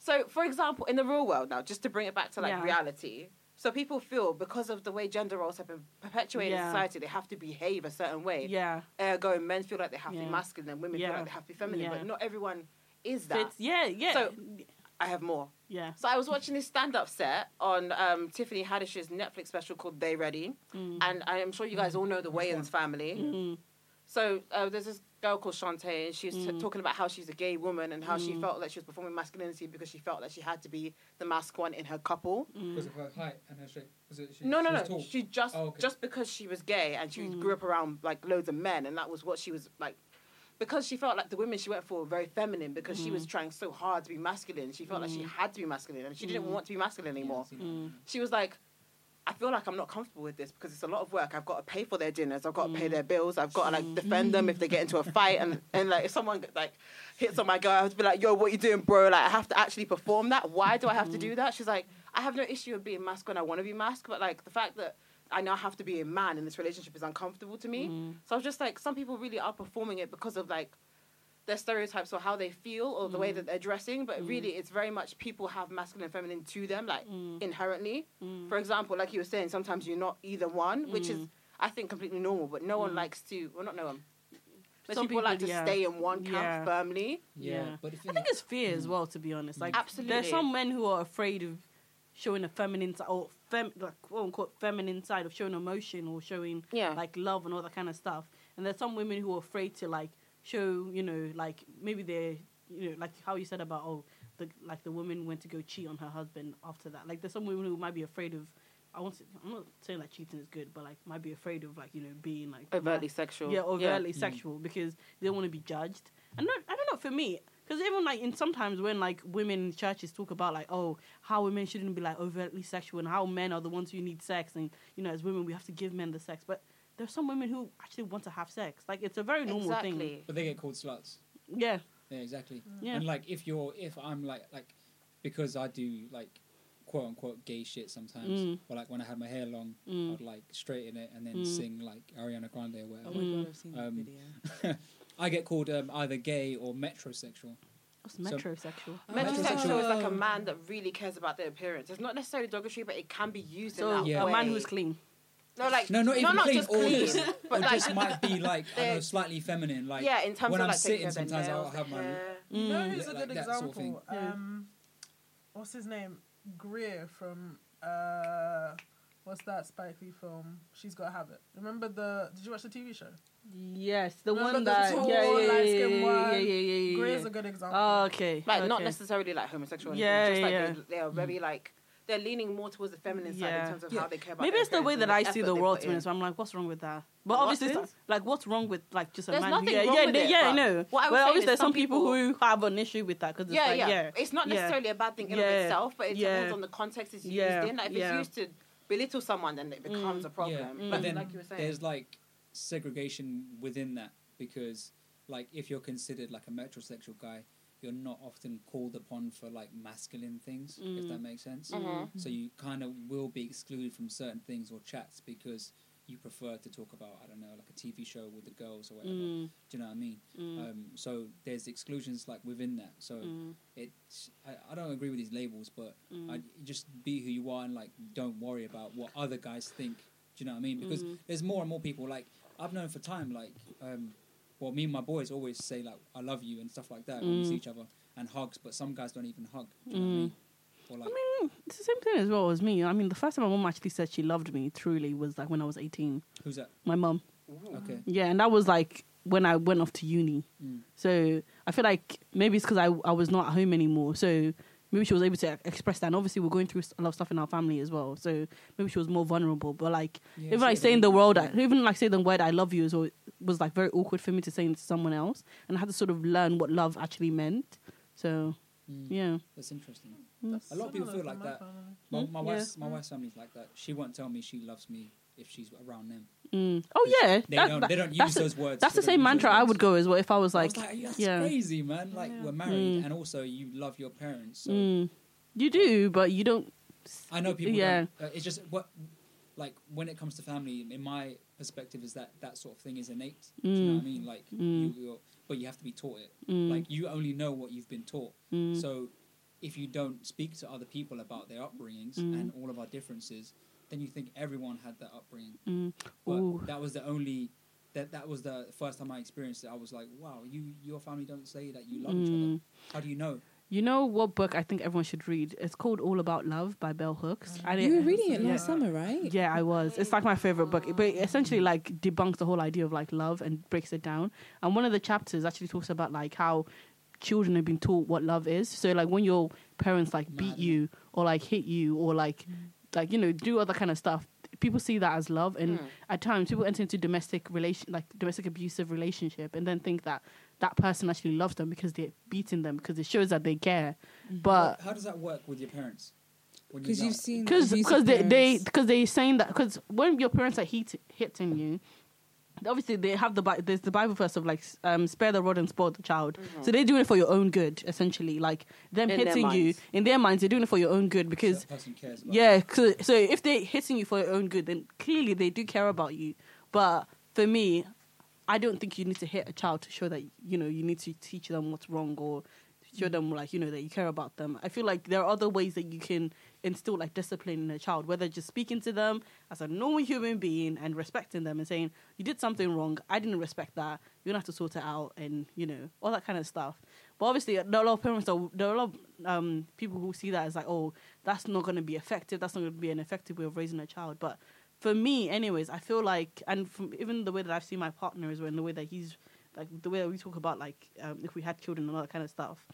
H: So, for example, in the real world now, just to bring it back to like
C: Yeah.
H: reality, so people feel because of the way gender roles have been perpetuated in
C: Yeah.
H: society, they have to behave a certain way.
C: Yeah.
H: Ergo, men feel like they have to
C: Yeah.
H: be masculine, and women feel
C: Yeah.
H: like they have to be feminine.
C: Yeah.
H: But not everyone is
C: So
H: that.
C: it's- yeah, yeah.
H: So- I have more.
C: yeah.
H: So I was watching this stand-up set on um, Tiffany Haddish's Netflix special called They Ready, and I am sure you guys all know the Wayans family. So uh, there's this girl called Shantae, and she was t- talking about how she's a gay woman and how she felt like she was performing masculinity because she felt like she had to be the mask one in her couple.
D: Because of her height and her shape. Was it? She,
H: No, no,
D: she
H: no.
D: was tall.
H: She just
D: Oh, okay.
H: just because she was gay and she grew up around like loads of men, and that was what she was like because she felt like the women she went for were very feminine because she was trying so hard to be masculine. She felt like she had to be masculine and she didn't want to be masculine
D: Yeah,
H: anymore. Mm.
D: I've seen that.
H: She was like, I feel like I'm not comfortable with this because it's a lot of work. I've got to pay for their dinners. I've got to pay their bills. I've got to like defend them if they get into a fight. And, and like if someone like hits on my girl, I have to be like, yo, what you doing, bro? Like I have to actually perform that. Why do I have to
C: Mm.
H: do that? She's like, I have no issue with being masculine. I want to be masculine, but like the fact that I now have to be a man in this relationship is uncomfortable to me.
C: Mm.
H: So I was just like, some people really are performing it because of like their stereotypes or how they feel or the
C: Mm.
H: way that they're dressing, but really it's very much people have masculine and feminine to them, like
C: Mm.
H: inherently. For example, like you were saying, sometimes you're not either one, which
C: Mm.
H: is I think completely normal, but no one likes to well not no one. Most
C: Some
H: people, like to
C: people, yeah.
H: stay in one camp
C: Yeah.
H: firmly.
D: Yeah,
C: Yeah.
D: but the thing
C: I think it's fear as well, to be honest. Like, there's
H: Absolutely.
C: some men who are afraid of showing a feminine side or fem- like quote unquote feminine side of showing emotion or showing
H: Yeah.
C: like love and all that kind of stuff. And there's some women who are afraid to like show, you know, like maybe they're, you know, like how you said about oh, the like the woman went to go cheat on her husband after that. Like there's some women who might be afraid of. I want to. I'm not saying like cheating is good, but like might be afraid of like you know being like
H: Overtly sexual. Mm.
C: yeah, overtly sexual because they want to be judged. And not, I don't know for me, because even like in sometimes when like women in churches talk about like oh how women shouldn't be like overtly sexual and how men are the ones who need sex and you know as women we have to give men the sex, but there's some women who actually want to have sex. Like it's a very normal thing.
H: Exactly.
D: but they get called sluts.
C: Yeah,
D: Yeah, exactly.
H: Mm.
C: Yeah.
D: And like if you're if I'm like like because I do like quote unquote gay shit sometimes.
C: Mm.
D: Or like when I had my hair long,
C: Mm.
D: I'd like straighten it and then
C: Mm.
D: sing like Ariana Grande or
B: Oh
D: whatever.
B: my god, I've seen that
D: Um,
B: video.
D: I get called um, either gay or metrosexual.
C: what's
D: So-
C: metrosexual?
H: Metrosexual
D: Metrosexual.
H: is like a man that really cares about their appearance. It's not necessarily derogatory, but it can be used in
C: So
H: that
D: Yeah.
C: a man
H: way.
C: who's clean.
H: No, like
D: No, not
H: no,
D: even
H: not
D: clean,
H: just
D: or
H: clean, [laughs]
D: just-
H: but
D: or
H: like
D: just might be like I don't know,
H: [laughs] They're-
D: slightly feminine. Like
H: yeah, in terms
D: when
H: of
D: I'm
H: like taking
D: sitting,
H: care of their
D: sometimes I'll
H: nails,
D: have my-
H: hair.
F: You know
D: Mm.
F: who's a
D: Like
F: good
D: that sort of
F: example?
D: thing.
C: Yeah.
F: um, what's his name? Greer from uh, what's that Spike Lee film? She's got a habit. Remember the? Did you watch the TV show?
C: Yes, the
F: Remember
C: one
F: the
C: that
F: tall,
C: yeah, yeah, yeah, yeah,
F: light-skinned
C: yeah, yeah,
F: one?
C: yeah, yeah,
F: Greer's
C: yeah.
F: a good example.
C: Oh, okay,
H: like not
C: okay.
H: necessarily like homosexual.
C: Yeah,
H: Yeah, just like
C: yeah, yeah.
H: They, they are very like they're leaning more towards the feminine side
C: Yeah.
H: in terms of
D: Yeah.
H: how they care about.
C: Maybe
H: their
C: it's the way
H: appearance
C: that
H: and
C: I see
H: effort
C: the
H: they
C: world
H: put
C: to be
H: in.
C: honest. I'm like, what's wrong with that? But
H: What
C: obviously,
H: is?
C: like, what's wrong with like just a
H: There's
C: man?
H: nothing
C: who, yeah,
H: wrong
C: yeah,
H: with
C: no-
H: it,
C: yeah, I
H: but
C: know.
H: what I was
C: Well,
H: saying
C: obviously,
H: is
C: there's some
H: some
C: people, who have an issue with that because
H: Yeah,
C: like,
H: yeah,
C: yeah,
H: It's not
C: yeah.
H: necessarily a bad thing in and
C: Yeah.
H: of itself, but it
C: Yeah.
H: depends on the context it's used
C: Yeah.
H: in. Like if
C: Yeah.
H: it's used to belittle someone, then it becomes a problem.
D: Yeah.
H: But
D: But then
H: like you were saying,
D: there's like segregation within that because like if you're considered like a metrosexual guy, you're not often called upon for like masculine things, if that makes sense.
H: Mhm.
D: So you kind of will be excluded from certain things or chats because you prefer to talk about I don't know like a TV show with the girls or whatever.
C: Mm,
D: Do you know what I mean?
C: mm,
D: Um, so there's exclusions like within that. So
C: mm,
D: it's I, I don't agree with these labels, but
C: mm.
D: I just be who you are and like don't worry about what other guys think. Do you know what I mean? Because
C: Mm.
D: there's more and more people like I've known for time like um, well me and my boys always say like I love you and stuff like that
C: Mm.
D: when we see each other and hugs, but some guys don't even hug. Do you know what I mean? Or like
C: It's the same thing as well as me. I mean, the first time my mom actually said she loved me truly was like when I was 18.
D: who's that?
C: My mom.
D: Okay.
C: Yeah, and that was like when I went off to uni.
D: Mm.
C: So I feel like maybe it's because I, I was not at home anymore. So maybe she was able to e-, express that. And obviously, we're going through a lot of stuff in our family as well. So maybe she was more vulnerable. But like,
D: Yeah,
C: even
D: sort
C: like
D: of
C: saying the
D: vulnerable,
C: world,
D: yeah.
C: even like saying the word "I love you" is al- was like very awkward for me to say to someone else, and I had to sort of learn what love actually meant. So
D: Mm.
C: yeah,
D: That's interesting.
F: That's
D: A lot of people
F: similar
D: feel
F: to
D: like
F: my
D: that.
F: family.
D: My,
C: Mm,
D: my
C: yeah.
D: wife's my wife's family's like that. She won't tell me she loves me if she's around them.
C: mm. oh yeah,
D: They
C: that-
D: don't
C: that-
D: they don't use
C: that's the-
D: those words.
C: That's
D: They
C: the
D: don't
C: same
D: use those
C: mantra I
D: words.
C: would go as well if I was
D: I
C: like,
D: was like, that's
C: yeah.
D: crazy, man. Like
F: Yeah.
D: we're married,
C: Mm.
D: and also you love your parents. So
C: mm, you do, but you don't.
D: I know people.
C: Yeah.
D: Yeah, uh, it's just what, like, when it comes to family, in my perspective, is that that sort of thing is innate. Do you know what I mean? Like,
C: Mm.
D: you, you're, but you have to be taught it.
C: Mm,
D: Like, you only know what you've been taught.
C: mm.
D: So, if you don't speak to other people about their upbringings
C: Mm.
D: and all of our differences, then you think everyone had that upbringing.
C: Mm.
D: But
C: Ooh.
D: that was the only. That, that was the first time I experienced it. I was like, wow, you your family don't say that you love each
C: Mm.
D: other. How do you know?
C: You know what book I think everyone should read? It's called All About Love by Bell Hooks. I
B: Mm. You were
C: didn't-
B: reading it
F: yeah.
B: last summer, right?
C: Yeah, I was. It's like my favorite book, but it essentially like debunks the whole idea of like love and breaks it down. And one of the chapters actually talks about like how children have been taught what love is. So like when your parents like beat
D: Mad.
C: you or like hit you or like like you know do other kind of stuff, people see that as love, and at times people enter into domestic relation, like domestic abusive relationship, and then think that that person actually loves them because they're beating them because it shows that they care, but
D: How does that work with your parents? When
B: because you've
D: love?
B: seen
C: because
B: abusive
C: because they they
B: parents.
C: because they saying that because when your parents are hit, hitting you obviously they have the Bi- there's the bible verse of like s- um spare the rod and spoil the child so they're doing it for your own good essentially like them
H: Mm-hmm. In their
C: hitting you
H: minds.
C: in their minds they're doing it for your own good
D: So
C: because
D: that person cares about
C: yeah so, so if they're hitting you for your own good then clearly they do care about you but for me i don't think you need to hit a child to show that you know you need to teach them what's wrong or show them like you know that you care about them i feel like there are other ways that you can instill like discipline in a child whether just speaking to them as a normal human being and respecting them and saying you did something wrong i didn't respect that you're gonna have to sort it out and you know all that kind of stuff but obviously there are a lot of parents that there are a lot of um, people who see that as like oh that's not gonna be effective that's not gonna be an effective way of raising a child but for me anyways i feel like and from even the way that i've seen my partner is in the way that he's like the way that we talk about like um, if we had children and all that kind of stuff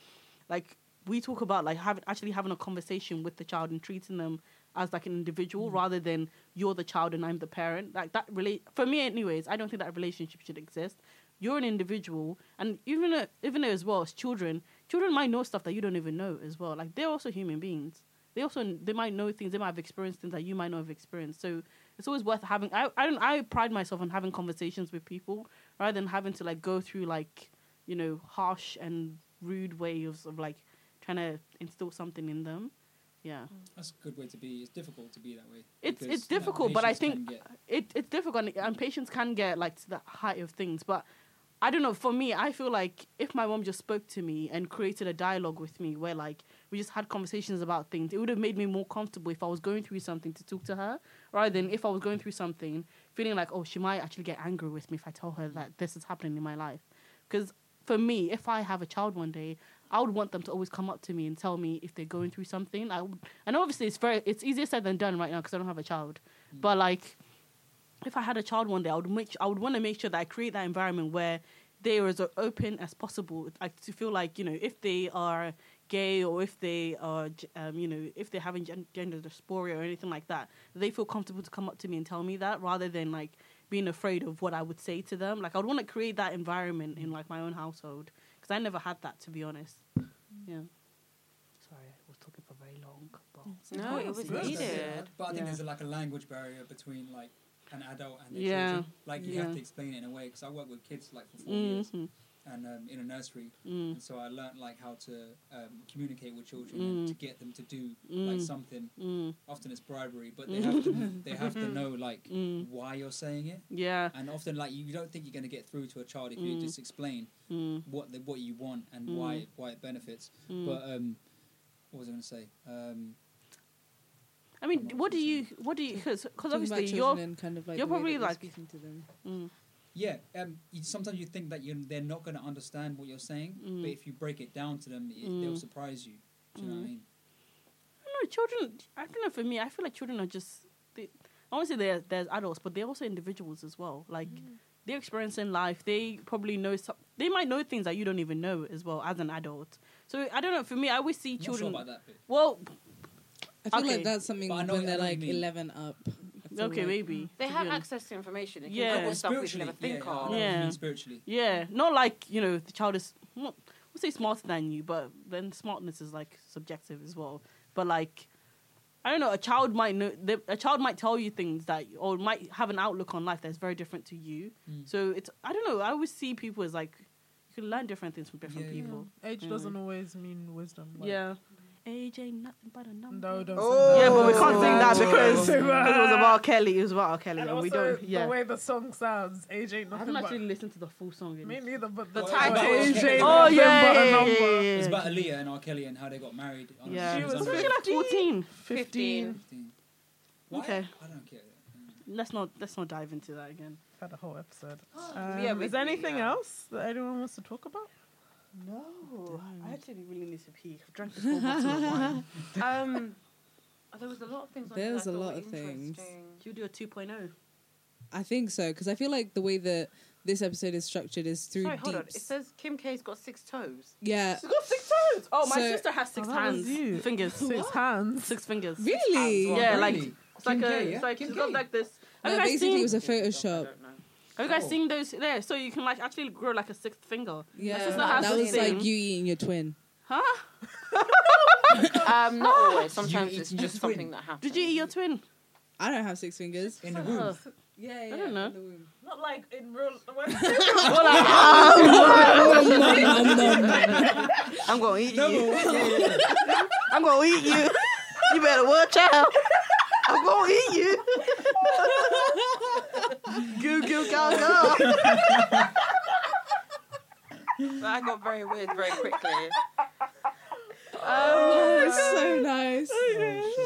C: like we talk about like having actually having a conversation with the child and treating them as like an individual rather than you're the child and i'm the parent like that relate for me anyways i don't think that relationship should exist you're an individual and even uh, even though as well as children children might know stuff that you don't even know as well like they're also human beings they also they might know things they might have experienced things that you might not have experienced so it's always worth having i i don't i pride myself on having conversations with people rather than having to like go through like you know harsh and rude ways of like trying to instill something in them yeah
D: it. That's a good way to be. It's difficult to be that way.
C: It's-
D: because
C: it's
D: that
C: difficult, but I
D: patience
C: think-
D: can get-
C: it, it's difficult and- and patients can get like to the height of things but i don't know for me i feel like if my mom just spoke to me and created a dialogue with me where like we just had conversations about things it would have made me more comfortable if i was going through something to talk to her rather than if i was going through something feeling like oh she might actually get angry with me if i tell her that this is happening in my life because for me if i have a child one day i would want them to always come up to me and tell me if they're going through something i would, and obviously it's very it's easier said than done right now because i don't have a child but like if I had a child one day, I would make I would want to make sure that I create that environment where they are as open as possible, like to feel like you know if they are gay or if they are g- um, you know if they're having gen- gender dysphoria or anything like that, they feel comfortable to come up to me and tell me that rather than like being afraid of what I would say to them. Like I'd want to create that environment in like my own household because I never had that to be honest. Yeah. Sorry, I was talking for very long, but
H: No, it was
D: That's- that's it.
H: needed.
D: But I think
C: Yeah.
D: there's a, like a language barrier between like an adult and their
C: Yeah.
D: children. Like you
C: Yeah.
D: have to explain it in a way because I worked with kids like for 4 years
C: Mhm.
D: and um, in a nursery,
C: Mm.
D: and so I learnt like how to um, communicate with children
C: Mm.
D: and to get them to do like
C: Mm.
D: something.
C: Mm.
D: Often it's bribery, but they have to they have to know like
C: [laughs] Mm.
D: why you're saying it.
C: yeah.
D: And often like you don't think you're going to get through to a child if you
C: Mm.
D: just explain
C: Mm.
D: what the, what you want and why why it benefits.
C: Mm.
D: But um, what was I going to say? Um,
C: I mean,
D: I'm
C: what do
D: also
C: you, what do you, because
B: Talking about
C: obviously you're,
B: children and kind of like
C: you're
B: the
C: probably
B: way that we're
C: like-
B: speaking to them.
C: mm,
D: Yeah, um, you, sometimes you think that you they're not going to understand what you're saying,
C: Mm.
D: but if you break it down to them, it, they'll
C: Mm.
D: surprise you. Do you know what I mean?
C: I don't know, children, I don't know, for me, I feel like children are just, they, I want to say they're, they're adults, but they're also individuals as well. Like,
H: Mm.
C: they're experiencing life. They probably know, some, they might know things that you don't even know as well as an adult. So I don't know, for me, I always see
D: I'm
C: children,
D: not sure about that bit.
C: well,
B: I feel
C: Okay.
B: like that's something
D: But I
B: when
D: know- I
B: they're
D: know what you
B: like
D: mean.
B: eleven up. I feel
C: okay,
B: like-
C: maybe.
H: Mm. They
C: to be
H: have
C: honest.
H: access to information. They can
C: Yeah.
H: yeah.
D: Well,
H: stuff we can never
D: spiritually,
H: think
D: yeah, I
H: of.
D: know what you
C: Yeah.
D: mean spiritually.
C: Yeah, not like, you know, the child is, not, we'll say smarter than you, but then smartness is like subjective as well. But like, I don't know. A child might know. The, a child might tell you things that, or might have an outlook on life that's very different to you.
D: Mm.
C: So it's. I don't know. I always see people as like you can learn different things from different
D: Yeah, yeah.
C: people.
F: Age
D: Mm.
C: Yeah.
F: doesn't always mean wisdom. like-
C: yeah. Age ain't nothing but a number.
F: No, don't
E: Oh.
F: say
C: Yeah,
F: that.
C: but we can't sing
E: Oh.
C: that because
F: [laughs]
C: 'cause it was about Kelly. It was about R. Kelly, and,
F: And also,
C: we don't. Yeah.
F: the way the song sounds, age ain't
C: I
F: nothing
C: haven't
F: but.
C: actually listened to the full song.
F: Me
C: Yet.
F: neither, but the
D: Well,
F: title.
D: about-
F: Age ain't
C: Oh
F: nothing
C: yeah,
F: but a
C: yeah, yeah,
F: number.
C: yeah,
D: It's
C: yeah.
D: about Aaliyah and R. Kelly and how they got married. on
C: Yeah.
F: She
D: some
F: was
D: summer
C: Wasn't she like
F: 15?
C: fourteen?
F: 15.
D: 15. Why?
C: Okay.
D: I don't care.
C: Let's not let's not dive into that again.
F: Had a whole [gasps] episode.
H: yeah,
F: Um,
H: we-
F: is there anything
H: yeah.
F: else that anyone wants to talk about?
C: No, I actually really need to pee. I've drank this whole bottle of wine.
H: Um, there was a lot of things. on here
B: There was
H: that I
B: a
H: thought
B: lot
H: were
B: of things.
H: interesting.
C: [laughs] You do a oh. 2.0.
B: I think so because I feel like the way that this episode is structured is through
H: Sorry, hold on. It
B: deeps.
H: says Kim K's got six toes.
B: yeah,
C: She's got six toes. Oh, my
B: So-
C: sister has six
F: Oh, that was
C: hands, [laughs]
F: you.
C: fingers,
F: Six hands.
C: six fingers.
B: really.
C: Yeah,
D: Really?
C: like It's like
D: Kim
C: a,
D: K, yeah?
C: it's like,
D: Kim
C: it's
D: K.
C: got like this. Have
B: No,
A: guys
B: basically,
A: seen-
B: it was a
H: I
B: Photoshop.
H: don't know.
A: Have you guys
D: Oh.
A: seen those? Yeah, so you can like actually grow like a sixth finger.
B: Yeah,
A: sister has
B: that
A: the
B: was
A: same.
B: like you eating your twin.
A: Huh?
H: [laughs] Um, [laughs] not always. Sometimes
D: You-
H: it's
D: you
H: just
D: twin.
H: something that happens.
A: Did you eat your twin?
B: I don't have six fingers.
D: in
C: [laughs]
D: the womb.
B: Yeah,
A: yeah, don't know. in
F: Not like
B: [laughs]
F: in real.
B: Oh
C: I'm gonna eat
D: No,
C: you.
D: yeah, yeah, yeah.
C: I'm gonna eat you. You better watch out. I'm gonna eat you. [laughs] goo goo go go.
H: I got very weird very quickly.
C: Oh
B: That's so nice.
D: [laughs]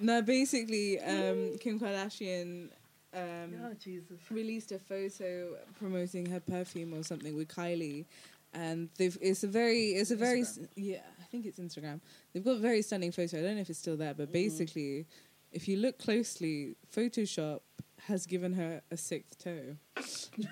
B: No, basically, um, Kim Kardashian um,
C: Jesus.
B: released a photo promoting her perfume or something with Kylie, and they've it's a very it's a very s
D: Instagram.
B: yeah I think it's Instagram. They've got a very stunning photo. I don't know if it's still there, but
C: Mm-hmm.
B: basically, if you look closely, Photoshop has given her a sixth toe, [laughs] and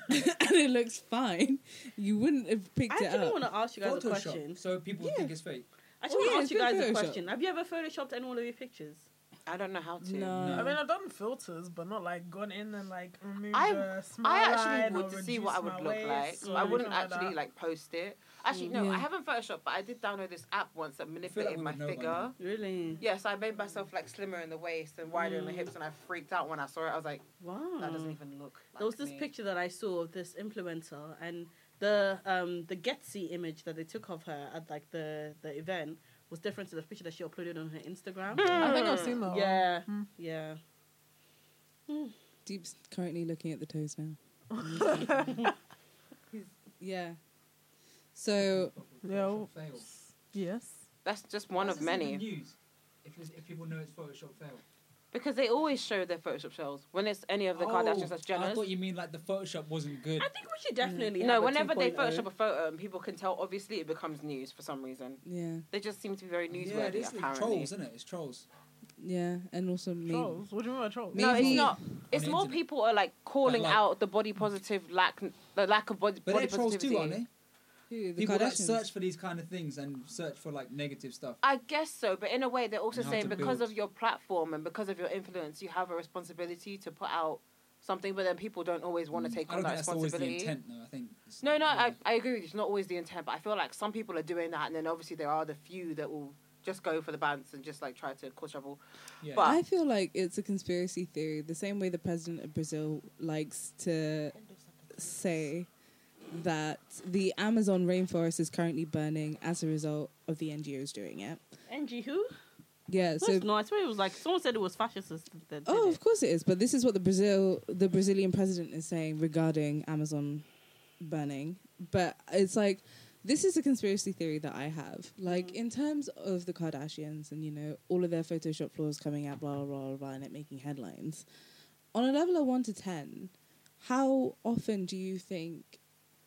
B: it looks fine. You wouldn't have picked
C: I
B: it
C: actually
B: up.
C: want to ask you guys a question.
D: Photoshop, so people
B: Yeah.
D: think it's fake.
C: I actually
B: Oh,
C: want
B: yeah,
C: to ask
B: it's
C: you guys
B: been
C: a
B: Photoshopped.
C: question. Have you ever photoshopped any one of your pictures?
H: I don't know how to.
B: No.
F: I mean, I've done filters, but not like gone in and like removed
H: I-
F: a smile line
H: I actually
F: or
H: would to see what I
F: reduced
H: would
F: my
H: look like.
F: waist
H: but
F: or
H: I wouldn't
F: anything
H: actually
F: that.
H: like post it. Actually, no,
B: Yeah.
H: I haven't Photoshop, but I did download this app once that manipulated
D: we
H: my
D: would know by
H: figure.
D: now.
C: Really?
H: Yes, I made myself like slimmer in the waist and wider in the hips, and I freaked out when I saw it. I was like,
C: Wow.
H: that doesn't even look. Like
C: Hmm. there was this
H: me.
C: picture that I saw of this influencer and the um the Getsy image that they took of her at like the the event was different to the picture that she uploaded on her Instagram.
F: I think I've seen that. one.
C: Yeah,
H: Hmm.
C: yeah.
B: Deep's currently looking at the toes now. yeah. So
F: Yeah.
D: Photoshop fail.
F: Yes.
H: That's just one
D: That's
H: of
D: the
H: many.
D: second News. If, it's- if people know it's Photoshop fail.
H: Because they always show their Photoshop shells when it's any of the Kardashians that's
D: Oh, I
H: jealous.
D: thought you mean like the Photoshop wasn't good.
C: I think we should definitely
H: Hmm. no,
C: have a oh.
H: whenever they
C: 2.0.
H: Photoshop a photo and people can tell, obviously it becomes news for some reason.
B: yeah,
H: They just seem to be very
D: yeah,
H: newsworthy,
D: it is it's
H: apparently.
D: trolls, isn't it? It's trolls.
B: yeah, and also me.
F: Trolls. What do you mean by trolls?
B: Me-
H: No, it's
B: Maybe-
H: not. It's
D: the
H: more
D: internet.
H: people are like calling
D: But, like-
H: out the body positive lack, the lack of body,
D: But
H: body
D: they're trolls
H: positivity.
D: too, aren't they?
B: Who, the
D: people that
B: Kardashians?
D: search for these kind of things and search for like negative stuff.
H: I guess so, but in a way, they're also
D: And how
H: saying
D: to
H: because
D: build.
H: of your platform and because of your influence, you have a responsibility to put out something, but then people don't always want to take
D: Mm, I
H: on
D: don't
H: that
D: think that's always the
H: responsibility.
D: intent, though. I think. it's-
H: No, no,
D: yeah.
H: I, I agree with you. It's not always the intent, but I feel like some people are doing that, and then obviously there are the few that will just go for the bants and just like try to cause trouble.
D: Yeah.
H: but-
B: I feel like it's a conspiracy theory, the same way the president of Brazil likes to say that the Amazon rainforest is currently burning as a result of the NGOs doing it.
C: oh. NG who?
B: Yeah,
C: No,
B: so
C: it's not. I swear it was like someone said it was fascists that did
B: Oh,
C: it.
B: of course it is. But this is what the Brazil, the Brazilian president is saying regarding Amazon burning. But it's like this is a conspiracy theory that I have. Like
C: Mm.
B: in terms of the Kardashians and you know all of their Photoshop flaws coming out, blah blah blah blah, blah and it making headlines. On a level of one to ten, how often do you think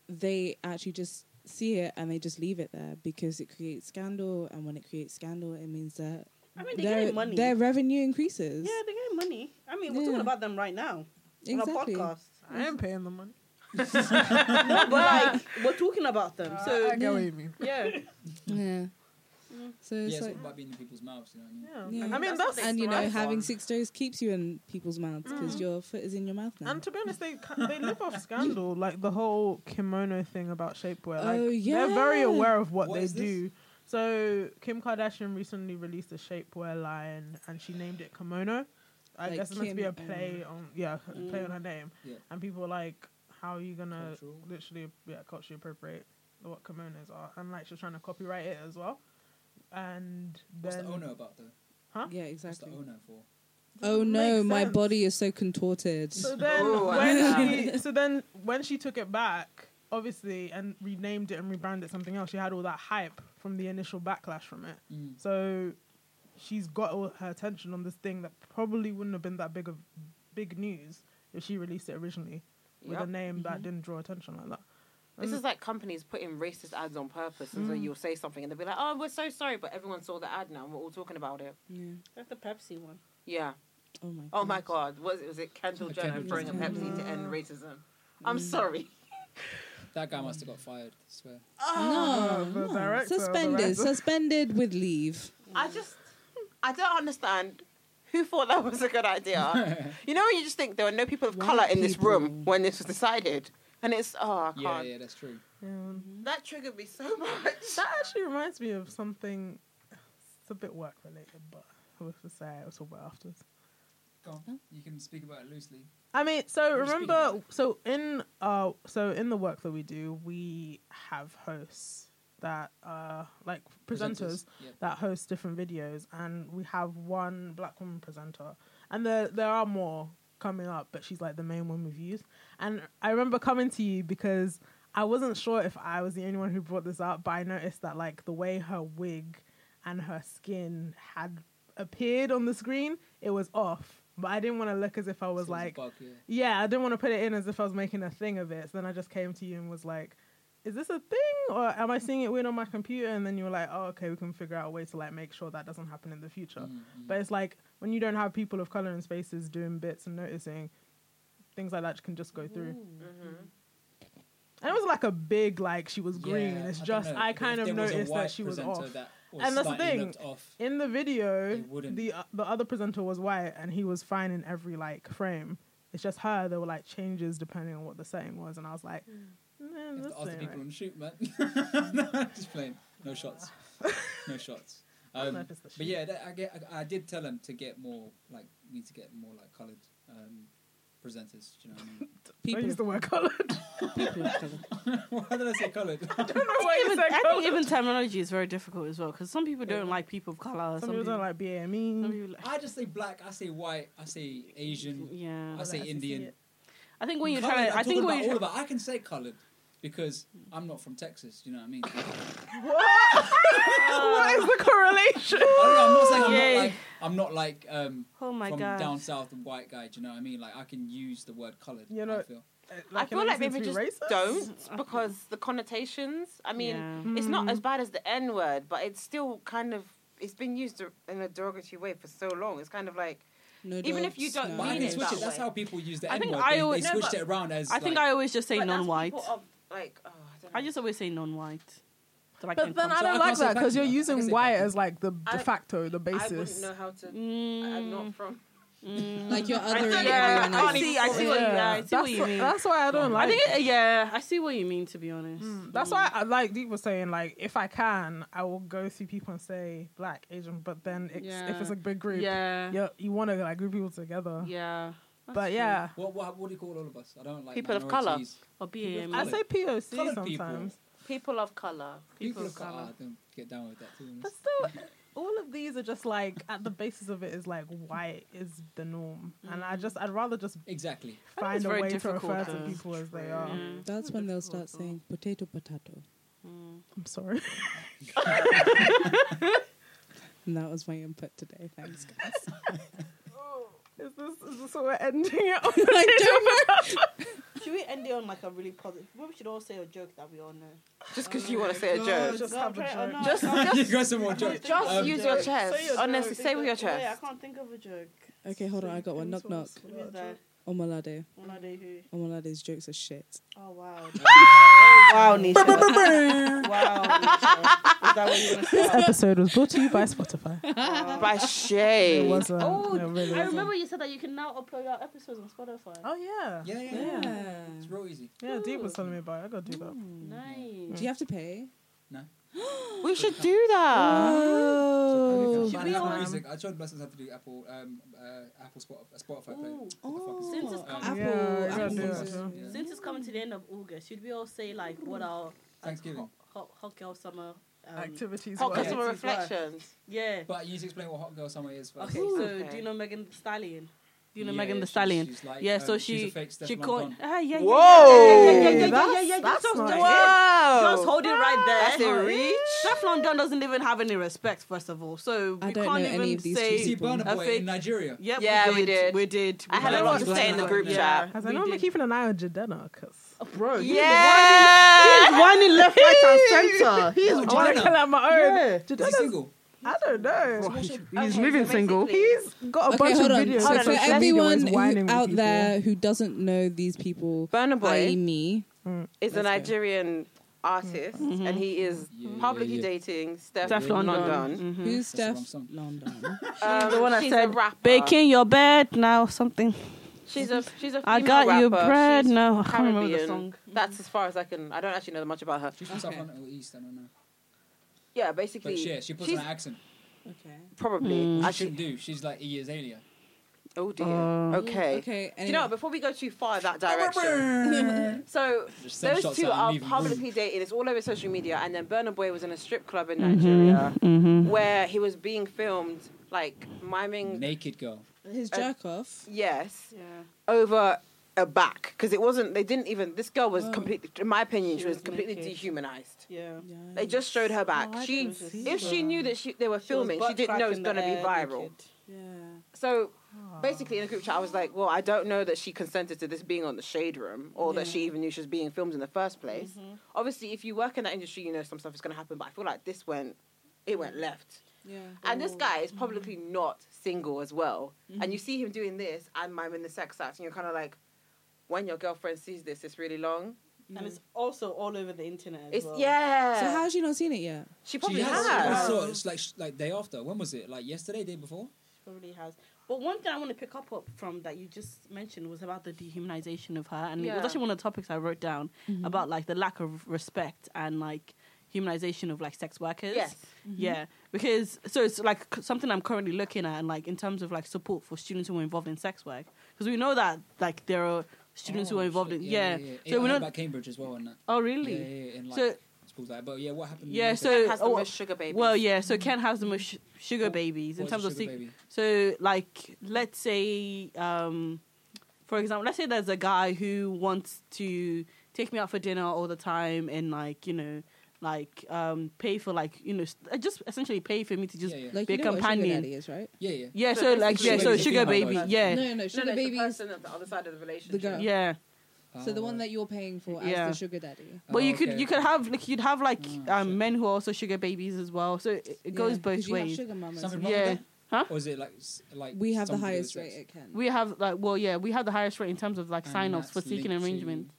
B: they actually just see it and they just leave it there because it creates scandal and when it creates scandal it means that
C: I mean, they're
B: their,
C: getting money.
B: their revenue increases
C: yeah, they're getting money. I mean, we're talking
B: Yeah.
C: about them right now on a podcast.
H: [laughs]
F: I am paying the money.
C: No, but like we're talking about them.
F: so
C: So
F: I get what you mean.
C: yeah,
B: Yeah. So
D: Yeah,
B: it's
D: it's all
B: like,
D: about being in people's mouths, you know. what I mean?
F: Yeah.
B: Yeah.
F: I mean that's,
B: and you know,
H: strive
B: having
H: on.
B: six toes keeps you in people's mouths because your foot is in your mouth now.
F: and to be honest, they ca- they live off scandal. Like the whole kimono thing about shapewear. Like
B: Oh,
F: they're very
B: yeah.
F: aware of what,
D: What
F: they
D: is this?
F: do. So Kim Kardashian recently released a shapewear line, and she named it kimono. I
B: Like
F: guess it's
B: Kim
F: meant to be a
B: and-
F: play on yeah, a play on her name.
D: Mm. Yeah.
F: And people were like, "How are you gonna
D: Cultural.
F: literally yeah culturally appropriate what kimonos are?" And like she's trying to copyright it as well. And
D: What's
F: then
D: the owner about though?
B: yeah,
D: What's the
B: exactly.
D: owner for?
B: Oh
F: Doesn't
B: no,
F: make
B: my
F: sense.
B: body is so contorted.
F: So then,
H: Oh, I
F: when
H: see.
F: she, so then when she took it back, obviously, and renamed it and rebranded it something else, she had all that hype from the initial backlash from it.
D: Mm.
F: So she's got all her attention on this thing that probably wouldn't have been that big of big news if she released it originally with a
H: Yep.
F: name that didn't draw attention like that.
H: This
F: Mm.
H: is like companies putting racist ads on purpose, and so
D: Mm.
H: you'll say something, and they'll be like, "Oh, we're so sorry," but everyone saw the ad now, and we're all talking about it.
B: yeah.
C: [laughs] that's the Pepsi one.
H: Yeah.
B: Oh my.
H: Oh my God. Was it was it Kendall
D: Okay.
H: Jenner throwing a Pepsi to end racism? I'm sorry.
D: That guy must have got fired. I swear.
B: No,
F: the
B: no.
F: director, the
B: suspended,
F: director.
B: suspended with leave.
H: I just I don't understand who thought that was a good idea? you know, you just think there were no people of color in this room when this was decided, and it's oh, I can't.
D: yeah, yeah, that's true.
H: Mm-hmm.
F: Um,
I: That triggered me so much.
F: that actually reminds me of something. It's a bit work related, but we'll have to say it. We'll talk about it afterwards.
D: Go on. You can speak about it loosely.
F: I mean, so
D: We're just
F: remember, so in uh, so in the work that we do, we have hosts that uh, like presenters,
D: Yep.
F: that host different videos, and we have one black woman presenter, and there there are more coming up, but she's like the main one we've used. And I remember coming to you because I wasn't sure if I was the only one who brought this up, but I noticed that like the way her wig and her skin had appeared on the screen, it was off. But I didn't want to look as if I was
D: So it's a
F: like
D: bug, yeah.
F: yeah, I didn't want to put it in as if I was making a thing of it. So then I just came to you and was like, is this a thing or am I seeing it weird on my computer? And then you were like, oh, okay, we can figure out a way to like make sure that doesn't happen in the future.
D: Mm-hmm.
F: But it's like when you don't have people of color in spaces doing bits and noticing, things like that can just go through.
D: Mm-hmm.
F: And it was like a big, like she was green.
D: Yeah,
F: it's
D: don't
F: just,
D: know,
F: I
D: if
F: kind
D: there
F: of
D: was a
F: noticed
D: white
F: that she was
D: presenter
F: off.
D: that was
F: And that's the
D: slightly
F: thing.
D: looked Off.
F: In the video,
D: It wouldn't.
F: the uh, the other presenter was white, and he was fine in every like frame. It's just her. There were like changes depending on what the setting was, and I was like,
H: Hmm.
F: nah,
D: You have
F: this
D: to ask the
F: ain't
D: people
F: right.
D: on the shoot, man. [laughs] no, just playing.
C: [laughs]
D: No shots. No shots.
F: don't know
D: Um,
F: if it's the
D: but
F: shoot.
D: yeah, that, I, get, I, I did tell them to get more like we need to get more like coloured um, presenters. Do you know what I mean?
F: I used the word colored. [laughs]
C: People of color. [laughs]
D: [laughs] Why did I say coloured?
F: Why you
C: Even-
F: said
C: I
F: colored?
C: think even terminology is very difficult as well because some people don't
F: Yeah.
C: like people of color.
F: Some people don't like
C: some
F: BAME.
C: people like-
D: [laughs] I just say black. I say white. I say Asian.
C: yeah.
D: I say
F: Like,
D: Indian.
F: it.
C: I think when you're
D: Coloured,
C: trying to,
D: I'm
C: I think
D: talking
C: when
D: about
C: you're
D: all about. I can say coloured because I'm not from Texas. Do you
C: [laughs]
D: know what I mean?
F: [laughs] what is the
H: [laughs]
F: correlation?
C: Uh,
D: Oh, yeah, I'm not saying
C: Yay.
D: I'm not like I'm not like um,
C: Oh my
D: from
C: god.
D: down south and white guy. Do you know what I mean? Like I can use the word coloured.
F: You
D: I
F: know-
D: feel.
H: I feel
F: am
H: like
F: listening
H: maybe
F: to
H: just
F: be racist?
H: don't because the connotations. I mean,
C: Yeah.
H: it's not
F: Mm.
H: as bad as the N word, but it's still kind of it's been used in a derogatory way for so long. It's kind of like
B: No
H: Even if you
B: dogs,
H: don't
D: But I
H: mean
D: can
H: it
D: switch
H: that
D: it. That's
H: way.
D: how people use the
C: I
D: N
C: think
D: word.
C: I
D: They,
C: always-
D: they
C: no,
D: switched
H: but
D: it around as.
C: I think
D: like,
C: I always just say
H: but that's
C: non-white.
H: people of, Like oh, I don't know.
C: I just always say non-white. So
F: But then I [laughs]
D: So I
F: don't
D: can't
F: like
D: say
F: that
D: black
F: because you're
D: either. I can
F: using
D: say
F: white
D: black.
F: as like the de
H: I-
F: facto, the
H: I wouldn't
F: basis.
H: know how to. I- I'm
C: Mm,
H: not from.
B: [laughs]
C: mm.
B: Like your other
H: Yeah,
B: everyone
H: I
B: else.
H: can't
C: see, I see what you, yeah, I see
F: that's,
C: what you mean.
F: that's why I don't like.
C: I think, it, yeah, I see what you mean. To be honest,
F: Mm, That's why, I, like Deep was saying, like if I can, I will go see people and say black, Asian, but then it's, if
C: Yeah.
F: it's a big group,
C: Yeah,
F: you're- you want to like group people together.
C: yeah. That's
F: but
C: true.
F: yeah,
D: What, what, what do you call all of us? I don't like
H: People of colour.
D: minorities.
C: or BAM.
F: I say POC
D: Coloured people.
F: sometimes.
H: People of color.
D: People,
C: People
D: of
C: of colour.
D: colour. I don't get down with that. Too.
F: But still, all of these are just like at the basis of it is like white is the norm, and I just I'd rather just
C: [laughs]
D: Exactly.
C: it's
F: find a
C: very
F: way to
C: difficult
F: refer to
C: to-
F: people as they are.
C: Yeah.
B: That's when they'll start saying potato, potato.
F: I'm [laughs] sorry.
B: And that was my input today. Thanks, guys.
F: Is this is this what we're
B: [laughs]
F: ending it on?
B: I don't know.
C: Should we end it on like a really positive? Maybe we should all say a joke that we all know.
H: Just because you want to say a joke.
F: Just have a joke.
H: Just,
C: Oh, [laughs]
D: [laughs] you
H: just,
D: got some more jokes.
H: just
D: Um,
H: use your
F: Say your
H: chest.
F: joke.
H: Honestly, say with your
C: Wait, I
H: chest.
C: can't think of a joke.
B: Okay, hold on. I got one. Knock, knock.
C: Who is that?
B: Omalade.
C: One are they who?
B: Omalade's jokes are shit.
C: Oh wow. [laughs] Oh, wow, Nisha. wow, [laughs] Nisha. Is that what you want to say?
F: Episode was brought to you by Spotify. [laughs]
H: By
F: It
H: shade.
F: wasn't.
C: Oh,
F: no, really
C: I
F: wasn't.
C: remember you said that you can now upload our episodes on Spotify.
F: Oh yeah.
D: Yeah, yeah, yeah. It's real easy.
F: Yeah, Deep was telling me about it. I gotta do that.
C: Nice.
B: Do you have to pay?
H: We should do that.
D: Oh,
C: Should we all- um,
D: music. I showed lessons how to do Apple, um, uh, Apple Spotify, Spotify player.
C: Oh,
D: What the
C: Since
D: fuck is it?
C: it's
D: Um,
C: coming,
B: Apple.
F: Yeah, I gotta
B: Apple
F: do that
B: Music.
F: too.
D: Yeah.
C: since it's coming to the end of August, should we all say like what our
D: Thanksgiving.
C: hot, hot girl summer um,
F: Activities.
H: Hot
C: were-
H: customer
C: Yeah.
H: reflections.
C: Yeah.
D: But you need to explain what Hot Girl Summer is first.
C: Okay. So
H: Okay.
C: do you know Megan the Stallion? Do you know
D: Yeah,
C: Megan
D: yeah,
C: the
D: she's-
C: Stallion?
D: she's like,
C: yeah.
D: um,
C: So
D: she's
C: she
D: a fake Steph
C: she
D: London.
C: called. Ah, yeah, yeah,
H: Whoa!
C: Yeah, yeah, yeah, yeah, yeah, yeah,
F: That's-
C: yeah.
F: that's
C: Just,
F: not
C: just,
H: Wow.
C: just hold it right there.
H: That's a reach.
C: Steph London doesn't even have any respect, first of all. So
B: I
C: we can't
B: don't know
C: even
B: any of these
D: You see
C: say.
B: people.
D: Burner
C: A
D: Boy
C: fake-
D: in Nigeria.
C: Yep,
H: Yeah,
C: we did.
H: we did.
C: We did.
H: I
C: We
H: had a
C: did.
H: lot to say in the group
C: Yeah.
H: chat.
F: As I know,
C: we
F: I'm
C: did.
F: keeping an eye on Jadena because
C: Oh, bro, he
H: Yeah.
C: is whining left, right, and
H: [laughs]
C: center. He is
D: Jadena.
F: I want to kill out my own.
C: Yeah.
D: Is he
F: Jadena's-
D: single?
F: I don't know.
C: He's
H: Okay,
C: moving
H: so
C: single.
H: basically-
F: He's got a
B: Okay,
F: bunch
B: hold
F: of
B: on.
F: videos.
B: So
H: Hold
F: on
H: on,
B: for
H: let's-
F: social media where he's
B: everyone
F: whining
B: who,
F: with
B: out
F: people.
B: there who doesn't know these people,
H: Burner Boy
B: i.e. me,
H: is a
B: Let's go.
H: Nigerian artist,
A: Mm-hmm.
H: and he is
D: Yeah, yeah,
H: publicly
D: yeah.
H: dating Steph,
A: Steph London. Mm-hmm.
H: London.
B: Who's
D: That's the wrong
B: Steph
D: song.
B: London?
H: Um,
A: the one that
H: she's a
A: said
H: rapper.
A: Baking your bed now, something.
H: She's a she's a female
A: I got you
H: rapper.
A: bread
H: She's
A: now. [laughs] I can't remember the
H: Caribbean.
A: song.
H: That's as far as I can. I don't actually know much about her.
D: She's from South
B: Okay.
D: London or East, I don't know.
H: Yeah, basically,
D: But yeah, she puts
H: she's
D: on an accent.
B: okay.
H: probably.
C: Hmm.
D: She
H: Actually,
D: shouldn't do. She's like E Azalea.
H: oh dear.
A: Uh,
H: okay.
B: Okay.
H: Do you know? what, Before we go too far that direction, [laughs] so
D: Just send
H: those
D: shots
H: two
D: out and
H: are
D: leave them.
H: publicly dating. It's all over social media. And then Burna Boy was in a strip club in
C: Mm-hmm.
H: Nigeria where he was being filmed like miming.
D: Naked girl.
B: His
H: Uh,
B: jerk off.
H: Yes,
C: Yeah.
H: over a back because it wasn't. They didn't even. This girl was
B: Wow.
H: completely, in my opinion, she,
C: She
H: was,
C: was
H: completely
C: naked. Oh,
H: dehumanized.
C: Yeah.
H: They just showed her back.
F: I
H: she,
F: didn't see
H: if she
F: that.
H: knew that she, they were filming, she, didn't know it was gonna be viral.
B: Yeah.
H: So basically, in the group chat, I was like, "Well, I don't know that she consented to this being on the shade room, or that she even knew she was being filmed in the first place. Obviously, if you work in that industry, you know some stuff is going to happen. But I feel like this went, it went left.
B: Yeah.
H: And this guy is probably not single as well. And you see him doing this and miming the sex act, and you're kind of like, when your girlfriend sees this, it's really long.
C: And
D: Mm.
C: it's also all over the internet. As
H: It's
C: well.
H: yeah.
B: So how's she not seen it yet?
H: she probably
D: has. I
H: has.
D: saw it. It's like, sh- like day after. When was it? Like yesterday, day before?
C: Probably has. But one thing I want to pick up up from that you just mentioned was about the dehumanization of her, and it
H: Yeah.
C: was actually one of the topics I wrote down
D: Mm-hmm.
C: about like the lack of respect and like humanization of like sex workers.
H: Yes.
D: Mm-hmm.
C: Yeah, because so it's like c- something I'm currently looking at, and like in terms of like support for students who are involved in sex work, because we know that like there are students who
D: Oh,
C: are involved
D: shit.
C: in yeah.
D: It-
C: So
D: I
C: we
D: know
C: know.
D: about Cambridge as well and that.
C: oh really?
D: Yeah, yeah, yeah. In like
C: So-
D: schools like. But yeah, what happened?
C: Yeah,
D: in
C: so-
D: Manchester?
H: has the
C: oh,
H: most sugar babies.
C: Well, yeah. So Ken has the most sh- sugar
D: What-
C: babies in
D: what is a
C: terms of
D: sugar
C: sec-
D: baby?
C: So, like, let's say, um, for example, let's say there's a guy who wants to take me out for dinner all the time and, like, you know, like, um, pay for, like, you know, s- uh, just essentially pay for me to just.
D: Yeah, yeah.
B: Like
C: Be
B: you
C: a
B: know what a
C: companion.
B: sugar daddy is, right?
D: yeah, yeah.
C: Yeah,
H: So
C: so, like,
H: basically
C: yeah, so
D: it's a
C: sugar
D: female
C: baby.
D: version.
C: Yeah.
B: No, no,
H: No,
B: sugar
H: no, it's the
B: baby is
H: person at the other side of the relationship.
B: girl.
C: Yeah.
B: so the one
D: Oh,
B: that you're paying for as
C: Yeah.
B: the sugar daddy.
C: But you
D: Oh,
C: could
D: okay,
C: you could
D: okay.
C: have like you'd have like
D: Oh, shit.
C: um, men who are also sugar babies as well. So it, it goes
B: Yeah, 'cause
C: both
B: you have
C: ways.
B: sugar mamas.
D: Something wrong
C: Yeah.
D: with that?
C: Huh?
D: Or is it like s- like
B: We have the
D: something to do with
B: highest
D: sex?
B: rate at Ken.
C: We have like well yeah, we have the highest rate in terms of like
D: And
C: sign offs
D: that's
C: for seeking
D: linked to-
C: arrangement.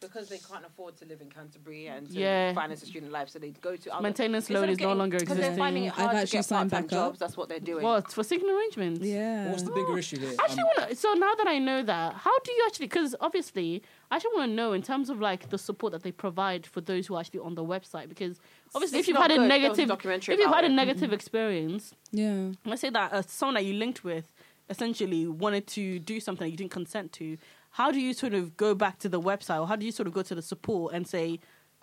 H: because they can't afford to live in Canterbury and to
C: Yeah
H: finance a student life, so they go to other.
C: Maintenance
H: Oh, Instead
C: loan
H: of
C: is no
H: getting-
C: longer
H: 'cause They're
C: existing.
H: finding it
B: I've
H: hard to
B: actually
H: get
B: signed
H: part-time
B: back up.
H: jobs. That's what they're doing.
C: What for seeking arrangements?
B: Yeah.
D: What's the bigger issue here?
C: I actually
D: Um,
C: want to. So now that I know that, how do you actually? Because obviously, I actually want to know in terms of like the support that they provide for those who are actually on the website. Because obviously,
H: It's
C: if you've
H: not
C: had
H: good.
C: a
H: There was a
C: negative,
H: documentary
C: if you've
H: about
C: had a
H: it. Mm-hmm.
C: negative experience,
B: yeah.
C: let's say that uh, someone that you linked with essentially wanted to do something that you didn't consent to. How do you sort of go back to the website, or how do you sort of go to the support and say?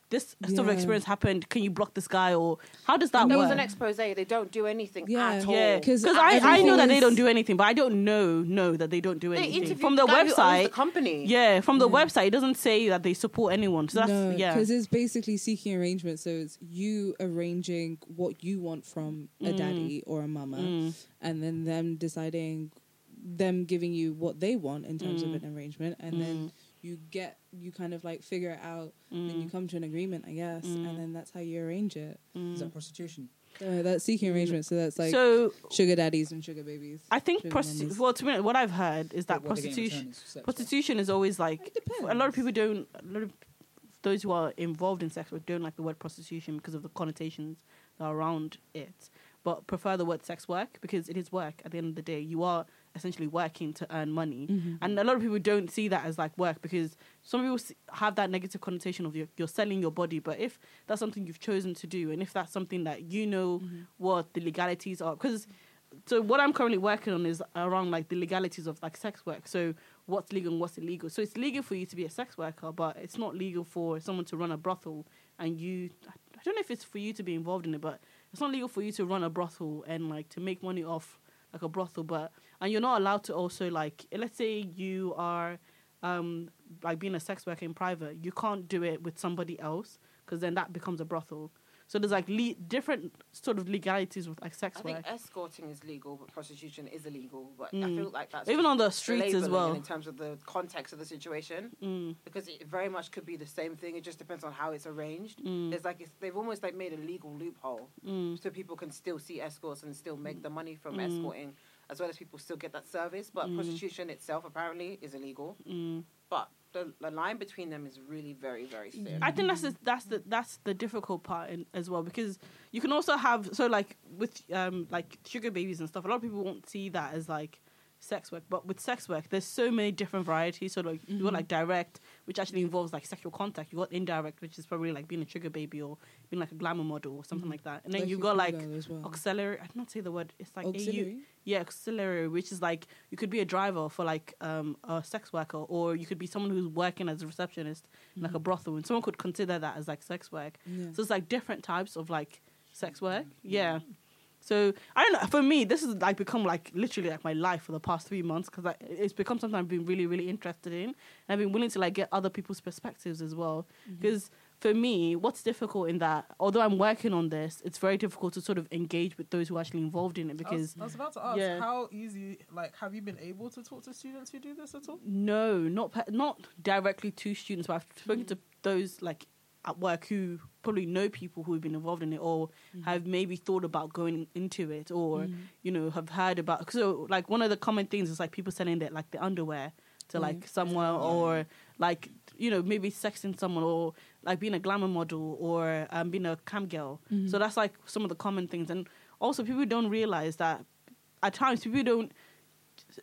C: This sort
B: Yeah.
C: of experience happened. Can you block this guy, or how does that
H: There
C: work?
H: was an expose. They don't do anything
B: Yeah.
H: at all.
C: Yeah,
B: 'Cause
C: because I, I know that
B: everything
C: they
B: is-
C: don't do anything, but I don't know know that they don't do
H: They
C: anything
H: interviewed
C: from the
H: guy who owns
C: website.
H: the company.
C: yeah, from the
B: Yeah.
C: website, it doesn't say that they support anyone. So that's
B: no,
C: yeah,
B: because it's basically seeking arrangement. So it's you arranging what you want from a
C: Mm.
B: daddy or a mama, and then them deciding, them giving you what they want in terms
C: Mm.
B: of an arrangement, and then you get you kind of like figure it out, then
C: Mm.
B: you come to an agreement, I guess, and then that's how you arrange it.
D: is that prostitution?
B: No, that's seeking arrangement. So that's like
C: Mm. so
B: sugar daddies and sugar babies.
C: I think
B: sugar
C: prosti-
B: mamas.
C: well, to be honest, what I've heard is that
D: What they're getting in return
C: prostitution
D: is sex, right?
C: prostitution is always like
B: depends.
C: a lot of people don't a lot of those who are involved in sex work don't like the word prostitution because of the connotations that are around it, but prefer the word sex work because it is work. At the end of the day, you are essentially working to earn money, and a lot of people don't see that as like work because some people s- have that negative connotation of you're, you're selling your body. But if that's something you've chosen to do, and if that's something that you know what the legalities are, because so what I'm currently working on is around like the legalities of like sex work. So what's legal and what's illegal. So it's legal for you to be a sex worker, but it's not legal for someone to run a brothel and you. I don't know if it's for you to be involved in it, but it's not legal for you to run a brothel and like to make money off like a brothel. But and you're not allowed to also like let's say you are um like being a sex worker in private, you can't do it with somebody else because then that becomes a brothel. So there's like le- different sort of legalities with like sex
H: I
C: work.
H: think escorting is legal, but prostitution is illegal. But I
C: Mm.
H: feel like that's
C: even on the streets as
H: labeling
C: well.
H: in terms of the context of the situation,
C: Mm,
H: because it very much could be the same thing. It just depends on how it's arranged.
C: Mm.
H: It's like it's, they've almost like made a legal loophole,
C: mm,
H: so people can still see escorts and still make the money from escorting, as well as people still get that service. But prostitution itself apparently is illegal.
C: mm.
H: But the, the line between them is really very very thin.
C: I think that's the, that's the that's the difficult part in, as well because you can also have so like with um like sugar babies and stuff. A lot of people won't see that as like sex work, but with sex work, there's so many different varieties. So like you got like direct, which actually involves like sexual contact. You got indirect, which is probably like being a sugar baby or being like a glamour model or something like that. And then
B: Like
C: you
B: you
C: got
B: call
C: like
B: that as well.
C: auxiliary. I don't say the word. It's like AU.
B: Auxiliary?
C: Yeah, auxiliary, which is like you could be a driver for like um, a sex worker, or you could be someone who's working as a receptionist, in like a brothel, and someone could consider that as like sex work.
B: Yeah.
C: So it's like different types of like sex work. Yeah. So I don't know. For me, this has like become like literally like my life for the past three months because like, it's become something I've been really really interested in, and I've been willing to like get other people's perspectives as well. Because for me, what's difficult in that, although I'm working on this, it's very difficult to sort of engage with those who are actually involved in it
F: I was,
C: because
F: I was about to ask,
C: Yeah.
F: how easy, like, have you been able to talk to students who do this at all?
C: no, not pe- not directly to students, but I've spoken to those like at work who probably know people who've been involved in it or
F: Mm.
C: have maybe thought about going into it or you know have heard about. So like one of the common things is like people selling their like the underwear
F: Mm.
C: to like someone or like you know maybe sexting someone or like being a glamour model or um, being a cam girl.
F: Mm-hmm.
C: So that's like some of the common things, and also people don't realize that at times people don't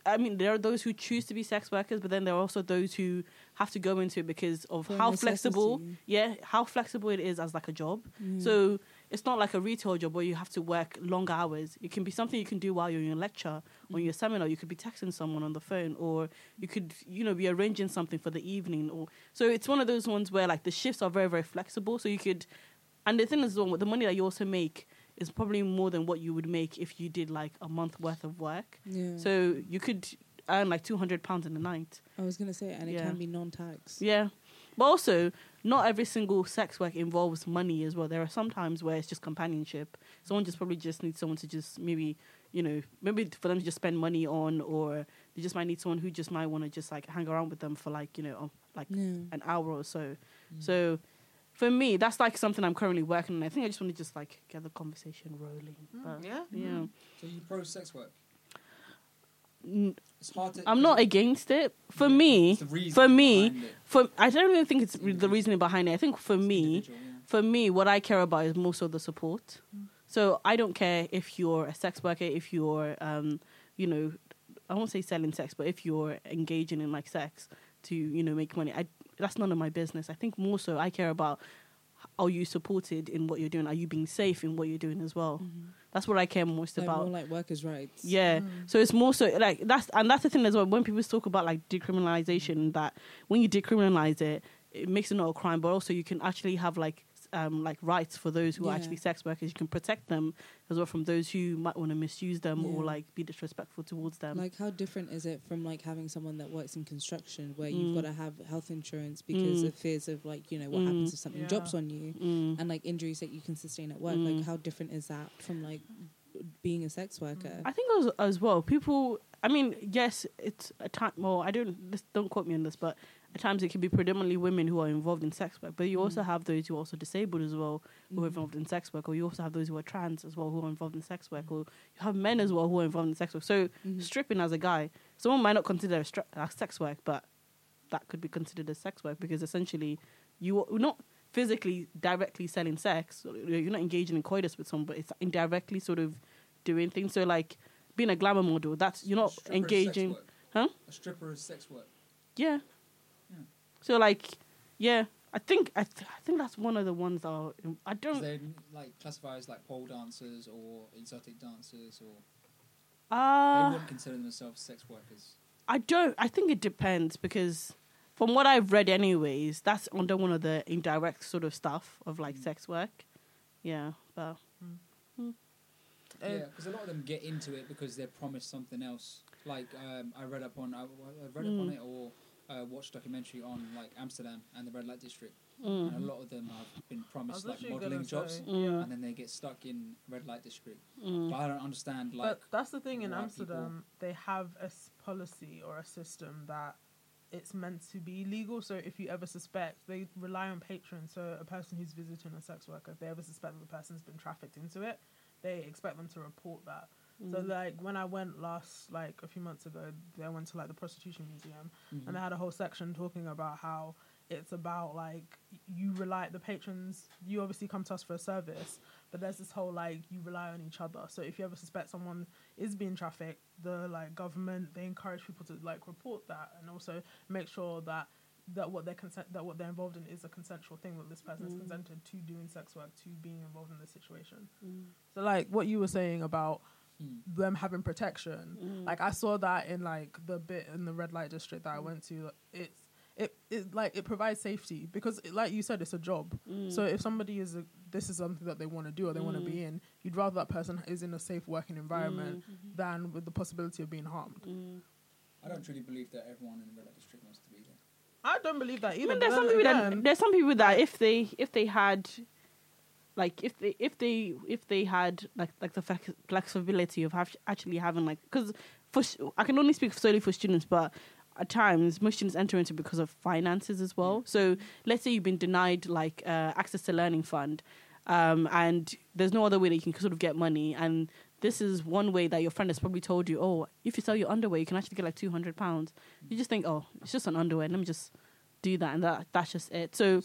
C: I mean, there are those who choose to be sex workers, but then there are also those who have to go into it because of
B: For
C: how flexible,
B: necessity.
C: yeah, how flexible it is as like a job.
B: Mm.
C: So it's not like a retail job where you have to work long hours. It can be something you can do while you're in your lecture or in your seminar. You could be texting someone on the phone, or you could, you know, be arranging something for the evening. Or so it's one of those ones where like the shifts are very, very flexible. So you could, and the thing is, well, the money that you also make is probably more than what you would make if you did like a month worth of work.
B: Yeah.
C: So you could earn like two hundred pounds in a night.
B: I was gonna say, and it
C: Yeah.
B: can be non-tax.
C: Yeah, but also not every single sex work involves money as well. There are some times where it's just companionship. Someone just probably just needs someone to just maybe you know maybe for them to just spend money on, or they just might need someone who just might want to just like hang around with them for like you know um, like
B: Yeah.
C: an hour or so. So. For me, that's like something I'm currently working on. I think I just want to just like get the conversation rolling. But,
H: Mm. yeah.
C: yeah,
D: So you pro sex work?
C: N-
D: It's hard to.
C: I'm not against it. For me,
D: it's the reason
C: for me,
D: behind it.
C: for I don't even think it's re- the reasoning behind it. I think for me,
D: Individual, yeah.
C: for me, what I care about is most of the support. So I don't care if you're a sex worker, if you're, um, you know, I won't say selling sex, but if you're engaging in like sex to, you know, make money, I that's none of my business. I think more so, I care about are you supported in what you're doing? Are you being safe in what you're doing as well? That's what I care most
B: Mm-hmm. Like,
C: about.
B: more like workers' rights.
C: Yeah.
F: Mm.
C: So it's more so like that's and that's the thing as well. When people talk about like decriminalization, that when you decriminalize it, it makes it not a crime, but also you can actually have like s- um like rights for those who are
B: Yeah.
C: actually sex workers. You can protect them as well from those who might want to misuse them or
B: Yeah.
C: like be disrespectful towards them.
B: Like, how different is it from like having someone that works in construction, where you've got to have health insurance because
C: Mm.
B: of fears of like you know what happens if something
F: Yeah.
B: drops on you,
C: Mm.
B: and like injuries that you can sustain at work. Like, how different is that from like being a sex worker?
C: I think as, as well, people. I mean, yes, it's a time. Well, I don't this, don't quote me on this, but at times it can be predominantly women who are involved in sex work. But you also
B: Mm.
C: have those who are also disabled as well who
D: Mm.
B: Mm-hmm.
C: are involved in sex work, or you also have those who are trans as well who are involved in sex
D: Mm.
C: work, or you have men as well who are involved in sex work. So
B: Mm-hmm.
C: stripping as a guy, someone might not consider a stri- as sex work, but that could be considered as sex work because essentially you are not physically directly selling sex. You're not engaging in coitus with someone, but it's indirectly sort of doing things. So like being a glamour model, that's you're
D: A
C: not
D: stripper is
C: engaging,
D: Sex work.
C: huh?
D: A stripper is sex work.
C: Yeah.
D: Yeah.
C: So like, yeah, I think I, th- I think that's one of the ones that are, I
D: 'Cause
C: don't.
D: They're like classified as like pole dancers or exotic dancers, or they
C: Uh,
D: wouldn't consider themselves sex workers.
C: I don't. I think it depends because from what I've read, anyways, that's under one of the indirect sort of stuff of like sex work. Yeah, but uh,
D: Yeah, 'cause yeah, because a lot of them get into it because they're promised something else. Like um, I read up on, I, I read
C: Hmm.
D: up on it or uh, watched documentary on like Amsterdam and the red light district,
C: Mm.
D: and a lot of them have been promised like
F: literally
D: modelling
F: gonna
D: jobs,
F: say, yeah.
D: and then they get stuck in red light district.
C: Mm.
D: But I don't understand like
F: but that's the thing in
D: white
F: Amsterdam, they have a s- policy or a system that it's meant to be legal. So if you ever suspect, they rely on patrons. So a person who's visiting a sex worker, if they ever suspect that the person's been trafficked into it, they expect them to report that. So
D: Mm.
F: like when I went last, like a few months ago, I went to like the prostitution museum,
D: Mm-hmm.
F: and they had a whole section talking about how it's about like you rely the patrons. You obviously come to us for a service, but there's this whole like you rely on each other. So if you ever suspect someone is being trafficked, the like government they encourage people to like report that and also make sure that that what they're consent that what they're involved in is a consensual thing that this person is consented to doing sex work to being involved in this situation. So like what you were saying about them having protection. Like I saw that in like the bit in the red light district that I went to. It's it it like it provides safety because it, like you said, it's a job.
C: mm,
F: So if somebody is a, this is something that they want to do or they want to
C: Mm.
F: be in, you'd rather that person is in a safe working environment
C: Mm-hmm.
F: than with the possibility of being harmed.
C: mm,
D: I don't truly believe that everyone in the Red Light District wants to be there.
F: I don't believe that
C: I
F: either.
C: mean,
F: but
C: there's some
F: then
C: people that
F: again-
C: there's some people that if they if they had, like if they if they if they had like like the flex- flexibility of have, actually having like because for s- I can only speak solely for students, but at times most students enter into because of finances as well. So let's say you've been denied like uh, access to learning fund, um, and there's no other way that you can sort of get money and. This is one way that your friend has probably told you, oh, if you sell your underwear, you can actually get like two hundred pounds. You just think, oh, it's just an underwear. Let me just do that and that that's just it so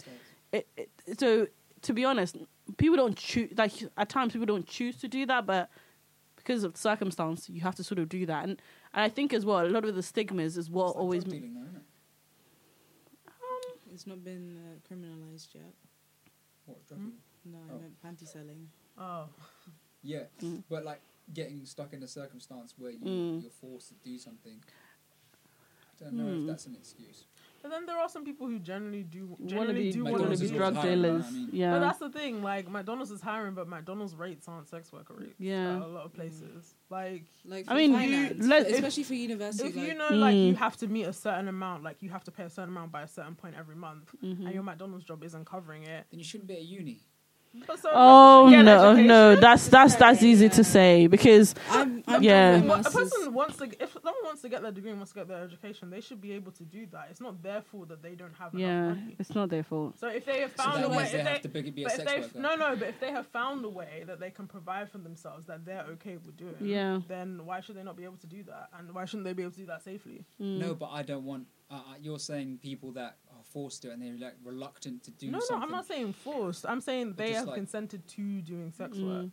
C: it, it so to be honest people don't choose like at times people don't choose to do that but because of circumstance you have to sort of do that and, and i think as well a lot of the stigmas is what
D: It's like
C: always
D: drug dealing, though, isn't it?
B: It's not been uh, criminalized yet.
D: What,
C: Mm.
D: drug dealing?
B: No, I
D: Oh.
B: meant panty selling.
F: Oh,
D: Yeah,
C: Mm.
D: but like getting stuck in a circumstance where you, you're forced to do something. I don't know
C: Mm.
D: if that's an excuse.
F: but then there are some people who generally do
C: want to
F: generally
C: be
F: do
C: you
F: want
D: wanna
F: to
D: McDonald's
C: be
D: is
F: be
D: drug
C: drug
D: high, dealer.
C: dealers
D: dealers. I mean-
C: yeah
F: But that's the thing, like McDonald's is hiring, but McDonald's rates aren't sex worker rates.
C: Yeah.
F: at a lot of places. Like
B: Like
C: I mean, you-
B: finance,
C: let-
B: but
C: if-
B: especially for university.
F: if
B: like,
F: you know, like you
C: Mm.
F: have to meet a certain amount, like you have to pay a certain amount by a certain point every month,
C: Mm-hmm.
F: and your McDonald's job isn't covering it.
D: Then you shouldn't be at uni.
F: But so
C: oh
F: again,
C: no
F: education-
C: no that's that's that's easy to say because
B: I'm, I'm
C: Yeah.
B: yeah.
C: Well,
F: But a person wants to, if someone wants to get their degree and wants to get their education, they should be able to do that. It's not their fault that they don't have
C: yeah
F: enough money.
C: it's not their fault
F: So if they have
D: So
F: found
D: that
F: a way,
D: means
F: if
D: they,
F: they,
D: have to be, be a
F: but if
D: sex
F: they
D: worker.
F: no no, but if they have found a way that they can provide for themselves that they're okay with doing,
C: Yeah.
F: then why should they not be able to do that? And why shouldn't they be able to do that safely?
C: Mm.
D: No, but I don't want. Uh, uh, you're saying people that are forced to it and they're like reluctant to do
F: no,
D: something.
F: no, I'm not saying forced. I'm saying they
D: just
F: have
D: like-
F: consented to doing sex
C: Mm.
F: work.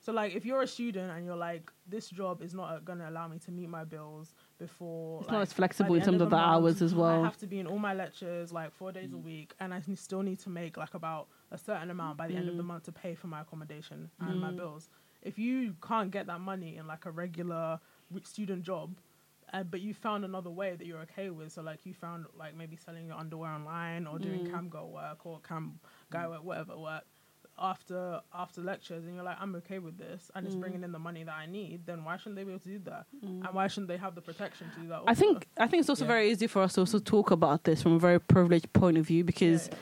F: So like, if you're a student and you're like, this job is not going to allow me to meet my bills before.
C: It's
F: like,
C: not as flexible
F: by
C: in
F: end
C: terms of the hours as well. Mm.
F: I have to be in all my lectures like four days a week, and I n- still need to make like about a certain amount by the end of the
C: Mm.
F: month to pay for my accommodation and my bills. If you can't get that money in like a regular re- student job, uh, but you found another way that you're okay with, so like you found like maybe selling your underwear online or
C: Mm.
F: doing cam girl work or cam guy work, whatever work after after lectures and you're like i'm okay with this and it's
C: Mm.
F: bringing in the money that i need then why shouldn't they be able to do that and why shouldn't they have the protection to do that
C: I
F: also?
C: think I think it's also
D: Yeah.
C: very easy for us to also talk about this from a very privileged point of view because
F: Yeah.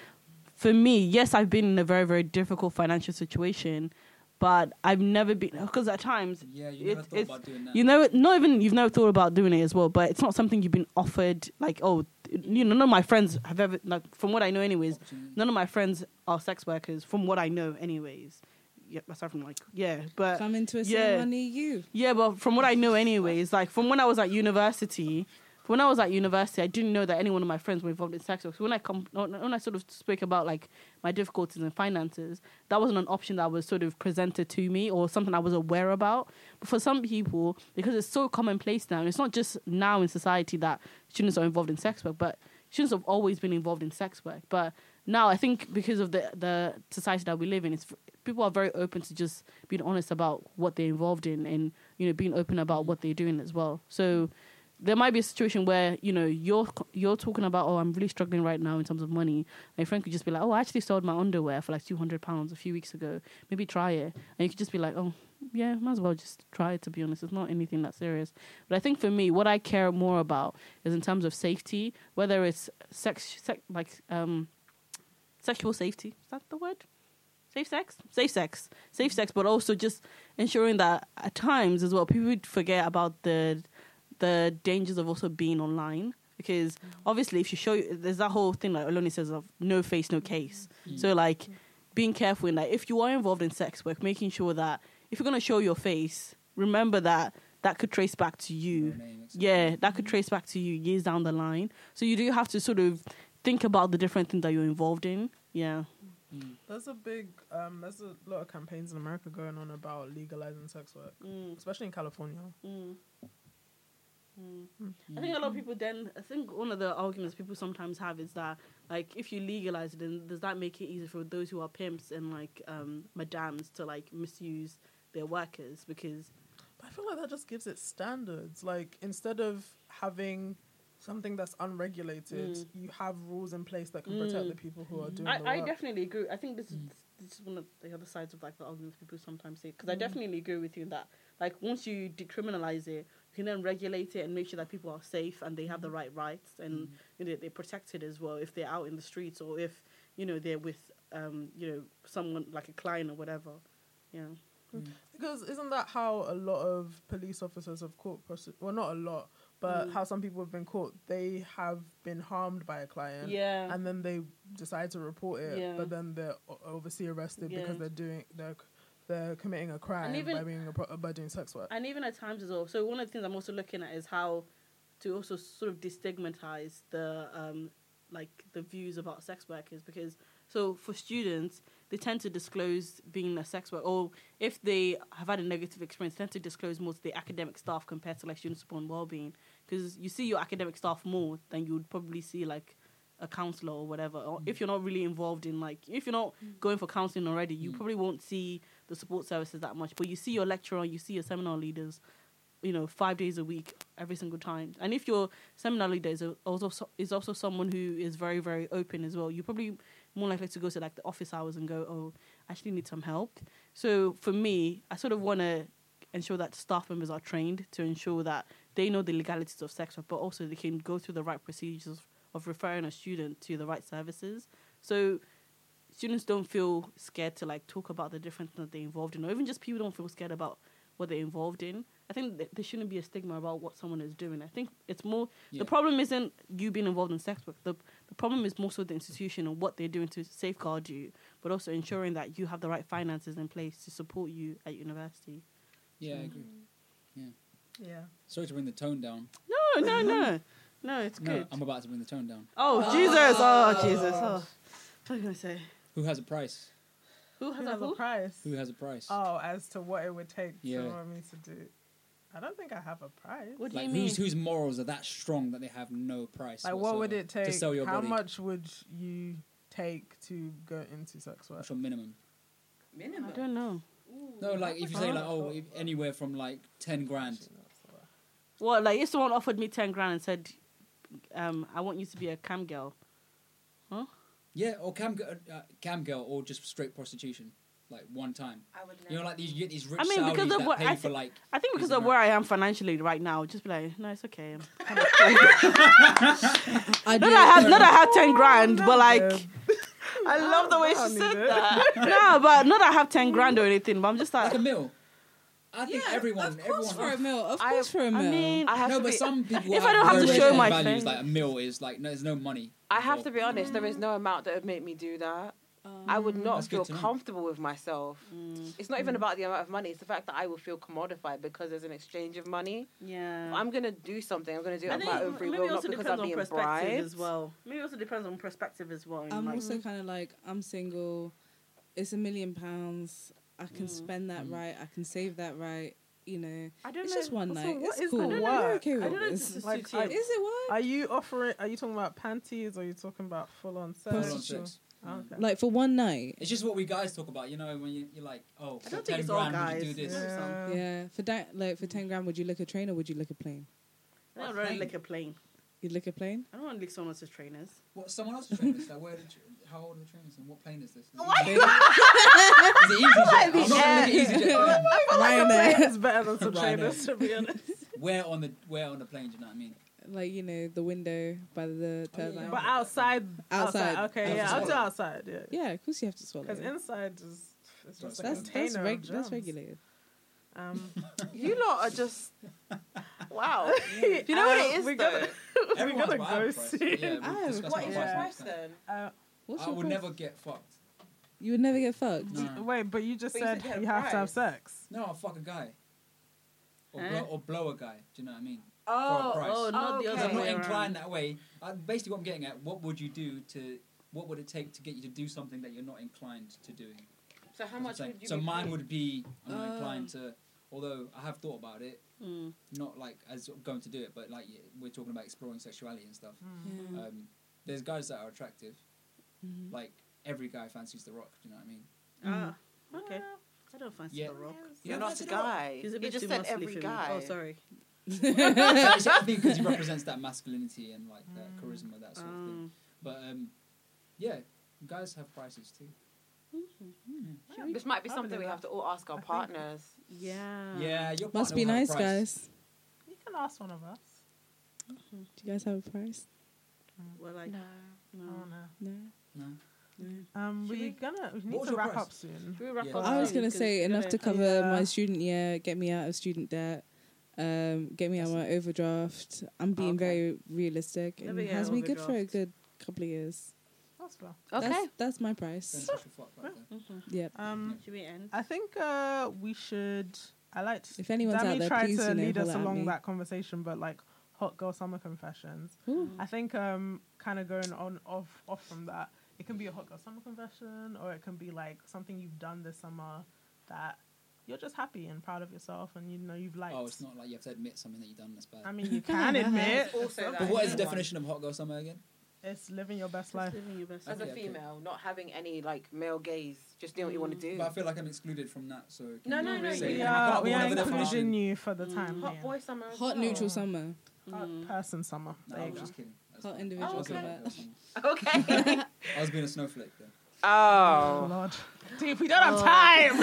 C: for me, yes, I've been in a very very difficult financial situation, but I've never been because at times
D: Yeah, you never
C: it-
D: thought
C: it's-
D: about doing that.
C: you know not even you've never thought about doing it as well, but it's not something you've been offered like oh you know none of my friends have ever like from what I know anyways
D: Opportunity.
C: none of my friends are sex workers from what I know anyways yeah aside from like yeah but
B: come into a
C: yeah.
B: cinema near you.
C: yeah, but from what I know, anyways, like from when I was at university, when I was at university, I didn't know that any one of my friends were involved in sex work. So when I come, when I sort of spoke about like my difficulties in finances, that wasn't an option that was sort of presented to me or something I was aware about. But for some people, because it's so commonplace now, and it's not just now in society that students are involved in sex work, but students have always been involved in sex work. But now I think because of the the society that we live in, it's people are very open to just being honest about what they're involved in and you know being open about what they're doing as well. So there might be a situation where you know you're you're talking about oh I'm really struggling right now in terms of money. My friend could just be like oh I actually sold my underwear for like two hundred pounds a few weeks ago. Maybe try it, and you could just be like oh yeah might as well just try it. To be honest, it's not anything that serious. But I think for me, what I care more about is in terms of safety, whether it's sex, sex like um, sexual safety. Is that the word? Safe sex, safe sex, safe sex, but also just ensuring that at times as well, people would forget about the the dangers of also being online because obviously if you show there's that whole thing like Oloni says of no face, no case.
D: Mm.
C: So like being careful in that if you are involved in sex work, making sure that if you're gonna show your face, remember that that could trace back to you.
D: Your name, etc.
C: Yeah, that could trace back to you years down the line. So you do have to sort of think about the different things that you're involved in. Yeah.
D: Mm.
F: There's a big, um, there's a lot of campaigns in America going on about legalizing sex work, especially in California.
C: Mm. Mm. I think a lot of people then. I think one of the arguments people sometimes have is that like if you legalize it, then does that make it easier for those who are pimps and like um, madams to like misuse their workers? Because
F: But I feel like that just gives it standards. Like instead of having something that's unregulated,
C: Mm.
F: you have rules in place that can protect
C: Mm.
F: the people who are doing the work.
C: I, I definitely agree. I think this is this is one of the other sides of like the arguments people sometimes say. Because I definitely agree with you in that like once you decriminalize it, you can then regulate it and make sure that people are safe and they have the right rights and you know, they're protected as well if they're out in the streets or if you know they're with um you know someone like a client or whatever. Yeah.
F: Because isn't that how a lot of police officers have caught prostitutes? Well, not a lot,
C: Mm.
F: but how some people have been caught. They have been harmed by a client.
C: Yeah.
F: And then they decide to report it,
C: Yeah.
F: but then they're o- obviously arrested
C: Yeah.
F: because they're doing they're c- they're committing a crime
C: even-
F: by being a pro- by doing sex work.
C: And even at times as well. So one of the things I'm also looking at is how to also sort of destigmatize the um, like the views about sex workers because so for students they tend to disclose being a sex worker or if they have had a negative experience they tend to disclose more to the academic staff compared to like students upon well-being because you see your academic staff more than you would probably see like a counselor or whatever or if you're not really involved in like if you're not going for counseling already you probably won't see the support services that much but you see your lecturer you see your seminar leaders you know five days a week every single time and if your seminar leader is a- also so- is also someone who is very very open as well you're probably more likely to go to like the office hours and go oh i actually need some help so for me i sort of want to ensure that staff members are trained to ensure that they know the legalities of sex work but also they can go through the right procedures of referring a student to the right services so students don't feel scared to like talk about the different things that they're involved in, or even just people don't feel scared about what they're involved in. I think th- there shouldn't be a stigma about what someone is doing. I think it's more
D: Yeah.
C: the problem isn't you being involved in sex work. The the problem is more so the institution and what they're doing to safeguard you, but also ensuring that you have the right finances in place to support you at university.
D: Yeah, I agree.
F: Yeah.
D: Sorry to bring the tone down.
C: No, no, no, no. It's
D: No,
C: good.
D: I'm about to bring the tone down.
C: oh, Jesus! Oh Jesus! Oh, what was I gonna say?
D: Who has a price?
C: Who
F: Who
C: has a
F: has a
C: who?
F: price?
D: Who has a price?
F: Oh, as to what it would take
D: Yeah.
F: to want me to do. I don't think I have a price.
C: What do
D: like
C: you mean?
D: whose whose morals are that strong that they have no price?
F: like, what would
D: whatsoever
F: it take?
D: to sell your
F: How
D: body?
F: much would you take to go into sex work?
D: What's your minimum?
C: I don't know.
D: No, like if you say like oh
C: [laughs]
D: if- anywhere from like ten grand.
C: Well, like if someone offered me ten grand and said, um, "I want you to be a cam girl,"
D: Yeah, or cam gi- uh, cam girl, or just straight prostitution, like one time.
J: I would
D: You know, like these you get these rich
C: I mean, because
D: Saudis
C: of
D: that
C: what-
D: pay
C: I
D: for
C: thi-
D: like.
C: I think because
D: Isn't
C: of
D: that-
C: where I am financially right now, I'd just be like, "No, it's okay." I'm kind of
B: I
C: not that I have, not that I have ten grand, but
F: them.
C: like, [laughs]
H: I love the way she said that.
C: no, but not that I have ten grand or anything. But I'm just
D: Like
C: like,
D: a meal. I think everyone,
B: Of course
D: everyone.
B: for a meal. Of
H: I-
B: course for a meal.
C: I mean,
H: I have
D: no,
H: to
D: but
H: be,
D: some people.
C: If
D: have
C: I don't have to
D: very
C: show
D: low
C: my
D: values,
C: face-
D: like a meal is like no, there's no money.
H: I have to
D: involved.
H: be honest. There is no amount that would make me do that. I
B: Um,
H: would not
D: That's good
H: feel
D: to know.
H: comfortable with myself. It's not even about the amount of money. It's the fact that I will feel commodified because there's an exchange of money.
C: yeah.
H: If I'm gonna do something. I'm gonna do it
C: I
H: of my own
C: think
H: free
C: maybe
H: will,
C: it
H: not
C: also
H: because
C: depends
H: I'm
C: on
H: being
C: perspective
H: bribed.
C: as well. Maybe it also depends on perspective as well. in,
B: I'm
C: like-
B: also kind of like I'm single. It's a million pounds. I
D: Mm.
B: can spend that right. I can save that right. You know,
C: I don't
B: it's
C: know.
B: just one
F: Also,
B: night.
F: what
B: It's
F: is the
B: cool. We're
F: work?
B: okay
C: I
B: with
C: don't know if this
B: this.
C: is
F: Like,
C: suits you.
F: I-
B: Is it work?
F: Are you offering? Are you talking about panties? Or are you talking about full on sex?
D: Full on sex.
F: Oh, okay.
B: Like for one night.
D: It's just what we guys talk about, you know, when you, you're like, oh,
C: I
D: for
C: don't
D: 10
C: think it's all
D: grand,
C: guys.
D: would you do this?
C: Yeah.
F: Yeah.
B: Yeah, for that, like for ten grand, would you lick a train or would you lick a plane?
C: I don't want to lick a plane.
B: You'd lick a plane.
C: I don't want to lick someone else's trainers.
D: What, someone else's train is? Like, where did you, how old are the trainers and what plane is this? Is
B: Plane,
D: it easy? I'm not going to
B: Ryanair.
F: It's better than some
D: [laughs] Right now.
F: trainers, to be honest.
D: Where on the where on the plane? Do you know what
F: [laughs]
D: I mean?
B: like you know the window by the
D: Oh,
B: turbine.
F: But outside, outside,
B: Outside.
F: okay, yeah, I'll do outside, yeah.
B: Yeah, of course you have to swallow.
F: Because
B: it.
F: inside is it's just a
B: That's
F: container.
B: that's,
F: of
B: reg- that's
F: germs.
B: regulated.
F: Um,
H: You lot are just
F: [laughs]
H: wow.
F: do
H: You know what it is
F: Uh, we
H: though.
F: Gotta,
D: Everyone's
F: gotta
D: what I would
F: go
D: price.
F: see.
D: Yeah,
B: I
D: we've
B: have-
D: discussed
H: what
D: my
H: is your
F: Yeah.
D: price
H: price
D: next time.
H: then?
F: uh,
B: What's
D: I
B: your
D: would
B: price?
D: never get fucked.
B: You would never get fucked.
D: No, Mm.
F: wait, but you just
H: But you
F: said
H: said you had
F: you
H: a
F: have to have
H: price.
F: sex.
D: no, I'll fuck a guy. or,
H: Huh?
D: blow, or blow a guy. Do you know what I mean?
A: Oh,
D: For a price.
A: oh, not the
D: 'Cause
A: other
D: I'm not
A: way
D: inclined that way. Uh, basically, what I'm getting at: what would you do to? What would it take to get you to do something that you're not inclined to doing?
H: So how
D: That's what I'm
H: much
D: saying.
H: would you?
D: so
H: be
D: mine
H: paid?
D: would be I'm not
A: Uh.
D: inclined to. Although I have thought about it, not like as sort of going to do it, but like y- we're talking about exploring sexuality and stuff.
H: Hmm.
D: Um, there's guys that are attractive.
A: Mm-hmm.
D: Like every guy fancies The Rock. Do you know what I mean?
C: Ah, okay. I don't fancy
D: Yeah.
C: The Rock.
H: You're
D: Yeah,
H: not
D: that's
H: a
D: it, The Rock.
H: guy.
C: He's a
H: you
C: bit
H: just
C: too
H: said
C: muscly
H: every
C: for me.
H: guy.
C: Oh, sorry.
D: I
B: [laughs]
D: think because he represents that masculinity and like that charisma, that sort of
B: Mm.
D: thing. But um, yeah, guys have prices too.
H: This might be
F: I'll
H: something
F: do
H: we
F: that.
H: have to all ask our partners.
C: Yeah.
D: Yeah, your
B: Must
D: partner
B: be
D: will have a
B: nice,
D: price.
B: guys.
F: You can ask one of us.
B: Do you guys have a price?
C: Well, like,
F: I
C: no. um,
F: don't know.
B: No.
D: No.
F: Mm. Um,
C: Should
F: we're
C: we-
F: gonna we
D: What
F: need
D: was
F: to
D: your
F: wrap
D: price?
F: up soon.
C: Should we wrap
D: Yeah.
C: up
B: I was
C: soon?
B: gonna
C: 'Cause
B: say
C: we're
B: enough
C: gonna-
B: to cover
F: Yeah.
B: my student year, get me out of student debt, um, get me out of my overdraft. I'm being
C: Okay.
B: very realistic.
C: Never
B: It
C: get
B: has
C: an
B: me good for a
C: overdraft.
B: good couple of years.
F: That's well.
B: That's, that's my price.
D: Beneficial fuck right there.
B: yep.
F: Um,
C: Mm-hmm. Should we end?
F: I think uh, we should. I liked.
B: If anyone's
F: Dami
B: out there,
F: tried
B: please
F: to
B: you know,
F: lead us
B: holler at me.
F: along that conversation, but like hot girl summer confessions.
B: Ooh.
F: I think um, kind of going on off off from that. It can be a hot girl summer confession, or it can be like something you've done this summer that you're just happy and proud of yourself, and you know you've liked.
D: Oh, it's not like you have to admit something that you've done that's bad.
F: I
D: [laughs]
F: mean, you can admit.
H: Also that
D: but what is
H: is
D: the
H: one.
D: definition of hot girl summer again?
F: It's living your best life.
C: Just living your best
H: As a
D: Okay, okay.
H: female, not having any like male gaze, just doing what you want to do.
D: But I feel like I'm excluded from that, so can
H: No,
D: you
H: no, no,
D: say-
H: we
D: you
F: We
H: Yeah,
D: can't
F: are,
D: put
F: we are
D: another definition.
F: including you for the time.
H: Hot
F: being.
H: boy summer. as
B: Hot
H: well.
B: neutral summer.
F: Hot person summer.
D: No,
F: There
D: I
F: you
D: was
F: go.
D: just kidding. That's
B: Hot
D: fine.
B: individual
D: I was being a
B: summer.
D: hot girl summer.
H: [laughs] Okay.
D: I was being a snowflake though.
F: Oh,
H: oh.
F: Lord. Deep, we don't have time.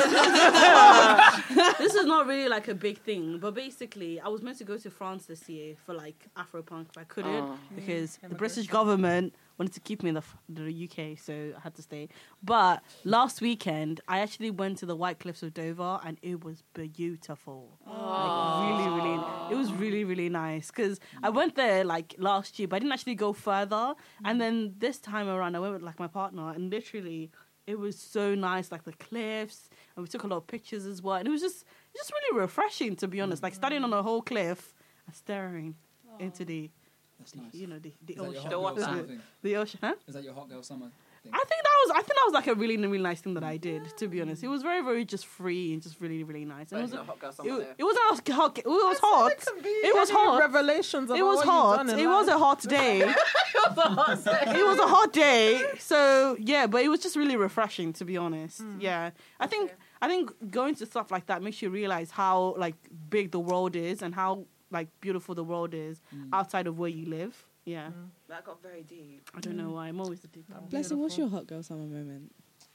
C: this is not really like a big thing, but basically, I was meant to go to France this year for like Afropunk, but I couldn't
H: Oh.
C: because the British government wanted to keep me in the, f- the UK, so I had to stay. But last weekend, I actually went to the White Cliffs of Dover, and it was beautiful. Like, really, really, it was really, really nice because I went there like last year, but I didn't actually go further. And then this time around, I went with like my partner, and literally, it was so nice, like the cliffs, and we took a lot of pictures as well. And it was just, just really refreshing to be honest. Like standing on a whole cliff and staring into the,
D: That's
C: the-
D: nice.
C: you know, the, the
D: Is that your
C: ocean,
D: hot
H: The
D: girl
H: water.
D: summer thing?
C: the ocean. Huh?
D: Is that your hot girl summer thing?
C: I think that was, I think that was like a really, really nice thing that I did. To be honest, it was very, very just free and just really, really nice. And
H: But
C: it
H: it's
C: was.
H: not hot girl summer.
C: It,
H: there.
C: it was not hot. It was hot. It was hot.
F: Revelations.
C: It was hot. It was a hot day.
D: [laughs]
C: it was a hot day. So yeah, but it was just really refreshing to be honest.
D: Hmm.
C: Yeah, I think I think going to stuff like that makes you realize how like big the world is and how like beautiful the world is
D: Hmm.
C: outside of where you live. Yeah,
H: [laughs] That got very deep.
C: I don't know
D: Hmm.
C: why I'm always the
D: [laughs]
C: deep. end.
B: Blessing, what's your hot girl summer moment?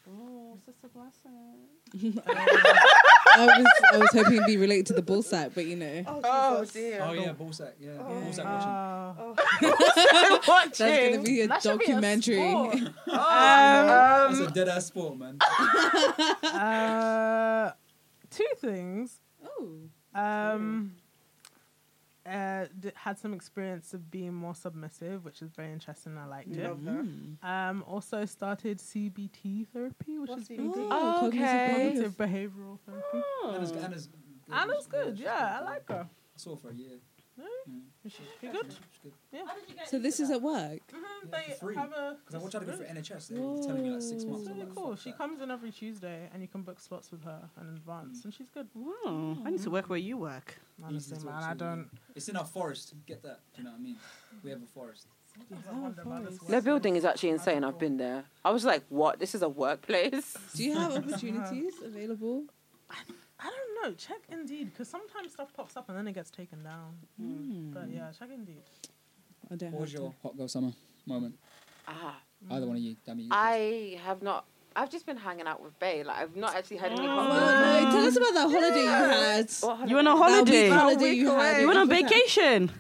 C: Oh, sister blessing.
B: [laughs] I was I was hoping it'd be related to the bull sack, but you know.
H: Oh dear.
D: Oh yeah, ballsack. Yeah, ballsack watching.
F: Oh.
B: That's
C: [laughs]
B: gonna be a
F: That should be a
B: documentary. [laughs]
F: sport.
D: That's
F: Um,
D: a dead ass
F: [laughs]
D: sport, man.
F: uh, two things.
B: oh.
F: Um, uh, d- had some experience of being more submissive, which is very interesting. I liked it. Um, also started CBT therapy, which is
B: Oh,
H: Okay.
B: cognitive
F: cognitive behavioral therapy.
D: Anna's, Anna's good.
F: Anna's
D: She's
F: Oh. good.
D: she's
F: Yeah, I like her.
D: I saw her for a year.
F: She good.
D: She's good.
B: positive- So this is at work.
F: Mhm,
D: Yeah, for
F: They
D: free.
F: have a.
D: Because I watched her go for NHS. They were telling me like six months.
F: It's
D: I'm
F: really
D: like,
F: cool.
D: fuck
F: She
D: that.
F: comes in every Tuesday, and you can book slots with her in advance, and she's good.
C: Wow, I need to work where you work.
F: Honestly,
D: to talk
F: man, I
D: to,
F: don't.
D: It's in our forest. Get that? Do you know what I mean? We have a forest.
H: The building is actually insane. I've been there. I was like, what? This is a workplace.
B: Do you have opportunities available?
F: I don't know. Check Indeed because sometimes stuff pops up and then it gets taken down. But yeah, check Indeed.
B: I don't
D: What was
B: have.
D: your hot girl summer moment?
H: [laughs] Ah,
D: Either one of you. Damn it. you go first.
H: I have not. I've just been hanging out with Bay. Like I've not actually had any.
B: Oh, no, no, tell us about that holiday you had.
H: What?
C: You went on
B: That week
C: holiday.
B: holiday you had.
C: You went on vacation.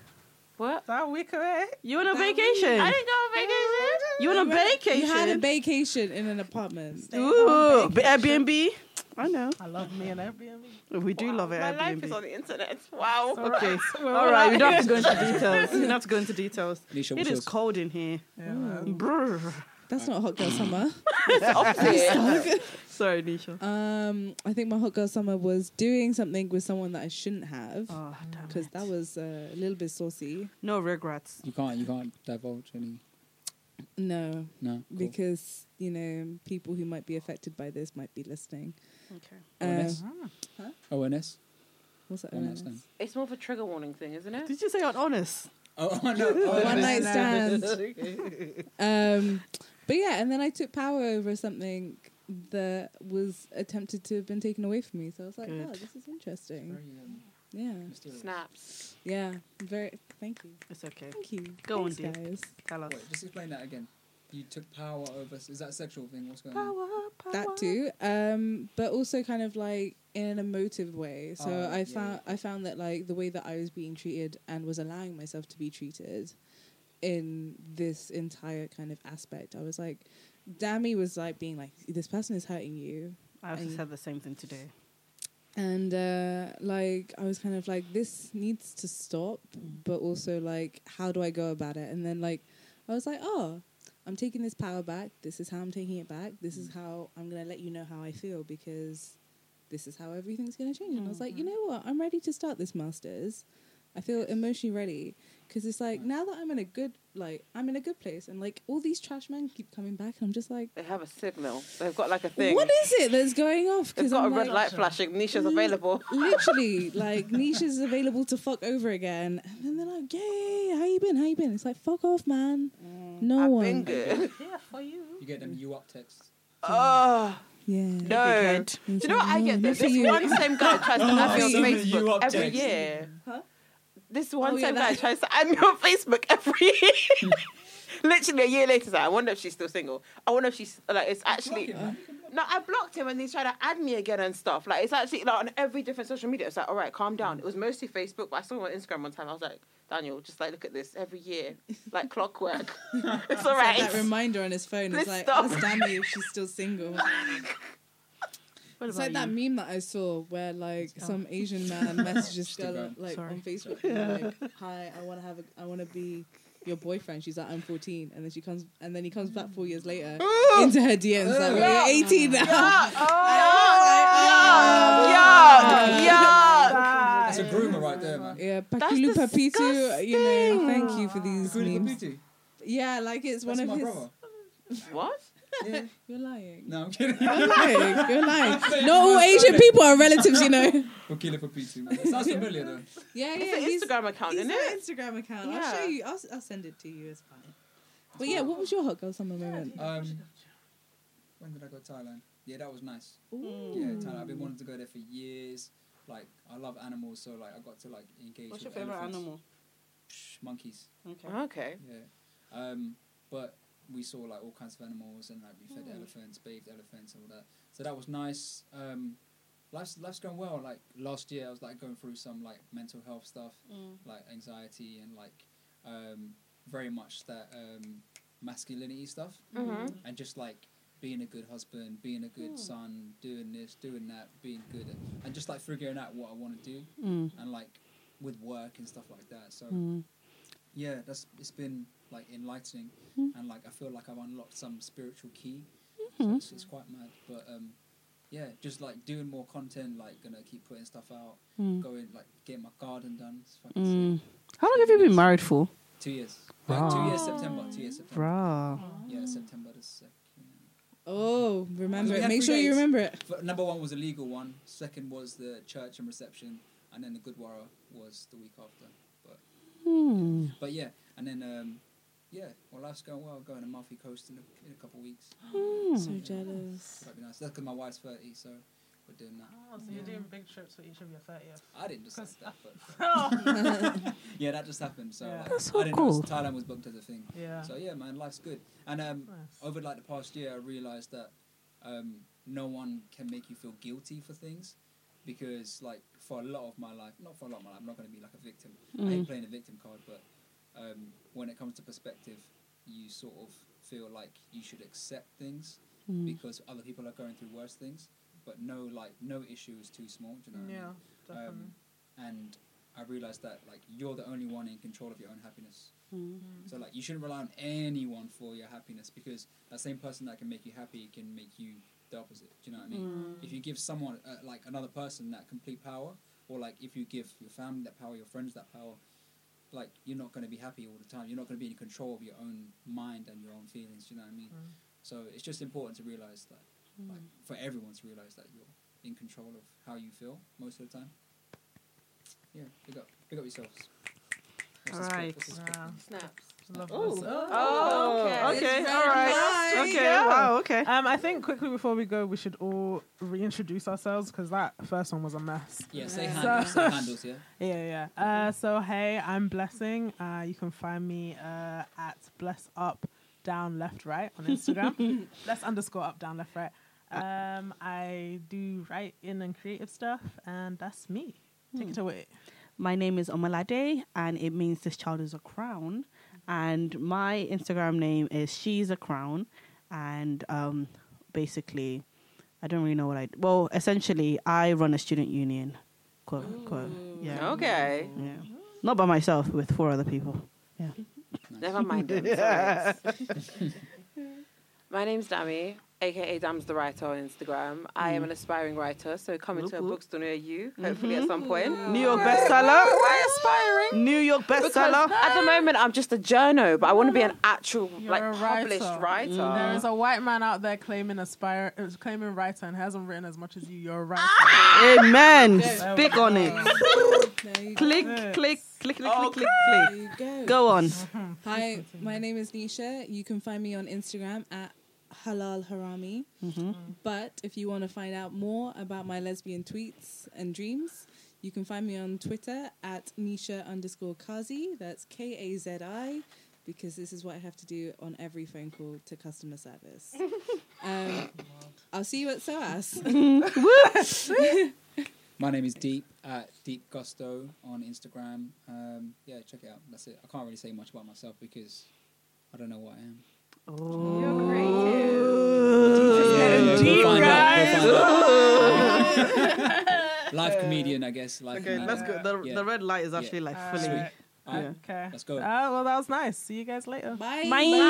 H: What?
F: That week away.
C: You went on vacation.
H: I didn't go on vacation.
C: You went on vacation.
B: You had a vacation in an apartment.
C: Ooh, Airbnb. I know.
F: I love me and Airbnb.
C: We do love it.
H: My
C: Airbnb.
H: life is on the internet. Wow.
C: okay. All right. We don't have to go into details. You don't have to go into details.
D: Nisha,
C: It
D: what's
C: is
D: yours?
C: cold in here.
F: Yeah, man.
C: Brr.
B: That's not hot girl summer.
H: It's the opposite.
A: Sorry, Nisha.
B: Um, I think my hot girl summer was doing something with someone that I shouldn't have
A: Oh, damn
B: because
A: it.
B: that was uh, a little bit saucy.
A: no regrets.
D: You can't. You can't divulge any.
B: No,
D: No. Cool.
B: because you know people who might be affected by this might be listening.
A: Okay.
B: Uh,
D: ONS.
F: Uh-huh.
D: ONS.
B: what's that?
D: One night
B: ONS?
D: stand.
H: it's more of a trigger warning thing, isn't it?
A: Did you say on honest?
D: Oh, [laughs] oh no.
B: One
D: ONS.
B: night stand. [laughs] um, but yeah, and then I took power over something that was attempted to have been taken away from me. So I was like,
A: Good.
B: oh, this is
D: Very,
B: interesting.
D: um,
B: Yeah,
D: mysterious.
H: Snaps.
B: yeah. Very. Thank you.
A: It's okay.
B: Thank you.
A: Go on,
B: Thanks,
A: dear.
B: guys.
A: Tell us.
D: Wait, just explain that again. You took power over. Is that a sexual thing? What's going on?
A: Power, power.
D: Uh-huh.
B: that too um but also kind of like in an emotive way so
D: Oh,
B: i
D: yeah,
B: found i found that like the way that i was being treated and was allowing myself to be treated in this entire kind of aspect i was like dammy was like being like this person is hurting you
A: I also
B: Mm.
A: said the same thing today.
B: and uh like i was kind of like this needs to stop but also like how do i go about it and then like i was like oh i'm taking this power back this is how i'm taking it back this
H: Mm.
B: is how i'm gonna let you know how i feel because this is how everything's gonna change and i was like you
H: Mm-hmm.
B: know what i'm ready to start this masters i feel emotionally ready because it's like now that i'm in a good like i'm in a good place and like all these trash men keep coming back and i'm just like
H: They have a signal. They've got like a thing.
B: what is it that's going off
H: They've
B: because
H: got
B: I'm
H: a red
B: like-
H: light flashing. Nisha's available.
B: literally like Nisha's available to fuck over again and then they're like yay how you been how you been it's like fuck off man no
H: Mm, I've
B: one
H: been good.
F: Yeah, for you.
D: You get them you up texts.
H: [laughs] Oh
B: yeah
H: no!
A: Good.
H: Do you know what I get? Though?
B: Good for
H: This
B: you.
H: one same guy tries to add me on
D: so many you
H: Facebook
D: up
H: every
D: texts.
H: year. This one
B: Oh, yeah,
H: same guy
B: that-
H: tries to add me on [laughs] Facebook
B: [laughs]
H: every year. Literally a year later, it's like, I wonder if she's still single. I wonder if she's like it's actually. No, I blocked him and he's trying to add me again and stuff. Like it's actually like on every different social media. It's like, all right, calm down. It was mostly Facebook, but I saw him on Instagram one time. I was like, Daniel, just like look at this every year,
B: [laughs]
H: like clockwork. [laughs] it's all right.
B: that reminder on his phone is
H: Let's
B: like
H: stop.
B: ask Dammy if she's still
H: [laughs]
B: single
A: What
B: it's
A: about
B: like that
A: you?
B: meme that I saw where like some Asian [laughs] man messages
D: Still
B: girl
D: going.
B: like
A: Sorry.
B: on Facebook and like hi I want to have a, I want to be your boyfriend she's like I'm 14 and then she comes and then he comes back four years
H: [laughs]
B: later into her DMs like well,
H: Yeah.
B: you're 18 now [laughs]
H: Yuck!
B: oh.
H: Yuck! Yuck! Yuck!
D: That's a groomer right
B: [laughs]
D: there, man.
B: Yeah,
H: That's
B: Pakilu Papitu, you know,
H: disgusting.
B: thank you for these
D: Good
B: memes.
D: Papitu.
B: Yeah, like it's
D: That's
B: one of
D: my
B: his. [laughs]
D: brother.
H: What?
D: Yeah.
B: You're
D: [laughs]
B: lying.
D: No, I'm kidding.
B: You're lying. You're lying. Not all Asian people are relatives, you
D: [laughs]
B: know.
D: Wakila Papitu. man. It sounds familiar though.
B: Yeah, yeah.
H: It's an Instagram account,
B: he's
H: isn't
B: got
H: it?
B: an Instagram account. I'll
H: Yeah.
B: show you. I'll, I'll send it to you. It's fine. But yeah, what was your hot girl summer moment?
D: Um, when did I go to Thailand? Yeah, that was nice.
H: Mm.
D: Yeah,
B: Hmm.
D: Thailand. I've been wanting to go there for years. Like, I love animals, so like, I got to like engage
A: What's your
D: with
A: favorite
D: elephants.
A: animal?
D: Psh, monkeys.
A: Okay.
H: Okay.
D: Yeah. Um, but we saw like all kinds of animals and like we fed elephants, bathed elephants, and all that. So that was nice. Um, life's life's going well. Like last year, I was like going through some like mental health stuff, like anxiety and like um, very much that um, masculinity stuff, and just like being a good husband, being a good son, doing this, doing that, being good, at, and just like figuring out what I want to do,
A: Mm.
D: and like with work and stuff like that. So yeah, that's it's been like enlightening, and like I feel like I've unlocked some spiritual key. So it's, it's quite mad, but um, yeah, just like doing more content, like gonna keep putting stuff out, going like getting my garden done. It's fucking
C: Hmm. Mm.
D: sick.
A: How long have you been married for?
D: Two years, Uh, two years September, two years September.
A: Bruh.
D: Yeah, September the second.
B: Oh, remember
D: We
B: it.
D: had
B: Make
D: three
B: sure you
D: days.
B: remember it.
D: F- Number one was a legal one. Second was the church and reception, and then the Gurdwara was the week after. But but yeah, and then um, yeah, well life's going well. Going to Malfi Coast in a, in a couple of weeks.
H: Hmm.
B: So
H: [laughs]
B: jealous.
D: That'd be nice. That's because my wife's thirty, so we're doing that.
F: Oh, so you're doing big trips for each of your 30th.
D: I didn't decide that, but
F: Oh.
A: [laughs]
D: [laughs] yeah, that just happened. So
F: Yeah.
D: like,
A: That's so
D: I didn't know it was-
A: cool.
D: Thailand was booked as a thing.
F: yeah.
D: So yeah, man, life's good. And um,
F: Nice.
D: over like the past year, I realized that um, no one can make you feel guilty for things because like for a lot of my life, not for a lot of my life, I'm not going to be like a victim. I hate playing the victim card, but um, when it comes to perspective, you sort of feel like you should accept things because other people are going through worse things. But no, like no issue is too small. Do you know? what I mean?
F: Yeah, definitely.
D: Um, and I realized that like you're the only one in control of your own happiness. So like you shouldn't rely on anyone for your happiness because that same person that can make you happy can make you the opposite. Do you know what I mean? If you give someone uh, like another person that complete power, or like if you give your family that power, your friends that power, like you're not going to be happy all the time. You're not going to be in control of your own mind and your own feelings. Do you know what I mean? So it's just important to realize that, like for everyone to realize that you're in control of how you feel most of the time. Yeah, pick up, pick up yourselves. What's this clip?
C: Alright.
D: What's this clip?
F: Wow.
E: Snaps.
F: Love
D: Oh.
F: this.
E: Oh,
F: okay.
E: okay.
F: All right.
B: nice.
F: Okay.
H: Yeah.
F: Wow. Okay. Um, I think quickly before we go, we should all reintroduce ourselves because that first one was a mess.
D: Yeah, say
B: Yeah.
D: handles,
F: So-
D: say handles, yeah.
F: Yeah, yeah. Uh, so hey, I'm Blessing. Uh, you can find me uh, at bless up down left right on
D: [laughs]
F: Instagram. bless underscore up down left right. Um, I do writing and creative stuff, and that's me. Take
D: Hmm.
F: it away.
C: My name is Omalade, and it means this child is a crown. And my Instagram name is She's a Crown. And um, basically, I don't really know what I. Well, essentially, I run a student union, quote unquote. Yeah.
H: Okay.
C: yeah. Not by myself, with four other people.
H: Never
C: [laughs]
H: mind them. sorry. My name's Dammy, aka Dam's the Writer on Instagram. I am an aspiring writer, so come into a
C: Mm. Whoop, Mm-hmm. whoop.
H: bookstore near you, hopefully at some point.
C: New York bestseller.
H: Why aspiring?
C: New York bestseller.
H: Because [laughs] at the moment, I'm just a journo, but I want to be an actual,
F: You're
H: like,
F: a writer.
H: published writer.
D: Uh,
F: There
C: Mm.
F: is a white man out there claiming aspire, uh, claiming writer, and hasn't written as much as you. You're a writer.
D: Ah!
C: Amen. Speak on it.
B: There you go.
C: Click,
F: Yes.
C: click, click, click, click, click, click.
B: There you go.
C: Go on.
B: Hi, my name is Nisha. You can find me on Instagram at halal harami. But if you want to find out more about my lesbian tweets and dreams, you can find me on Twitter at Nisha underscore Kazi. That's K A Z I, because this is what I have to do on every phone call to customer service. um, I'll see you at SOAS.
D: My name is Deep at Deep Gusto on Instagram. Um, yeah, check it out. That's it. I can't really say much about myself because I don't know what I am.
E: You're creative.
D: We'll
C: Deep,
D: find out.
C: guys.
D: We'll find out. [laughs] Live comedian, I guess. Live
C: Okay,
D: comedian.
C: that's good. The,
D: Yeah.
C: the red light is actually
D: Yeah.
C: like
F: Uh,
C: fully.
F: Sweet.
D: All right,
F: Okay.
D: Let's go.
F: Uh, well, that was nice. See you guys later.
B: Bye.
C: Bye.
H: Okay,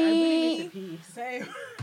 H: I really need to pee.
F: Same.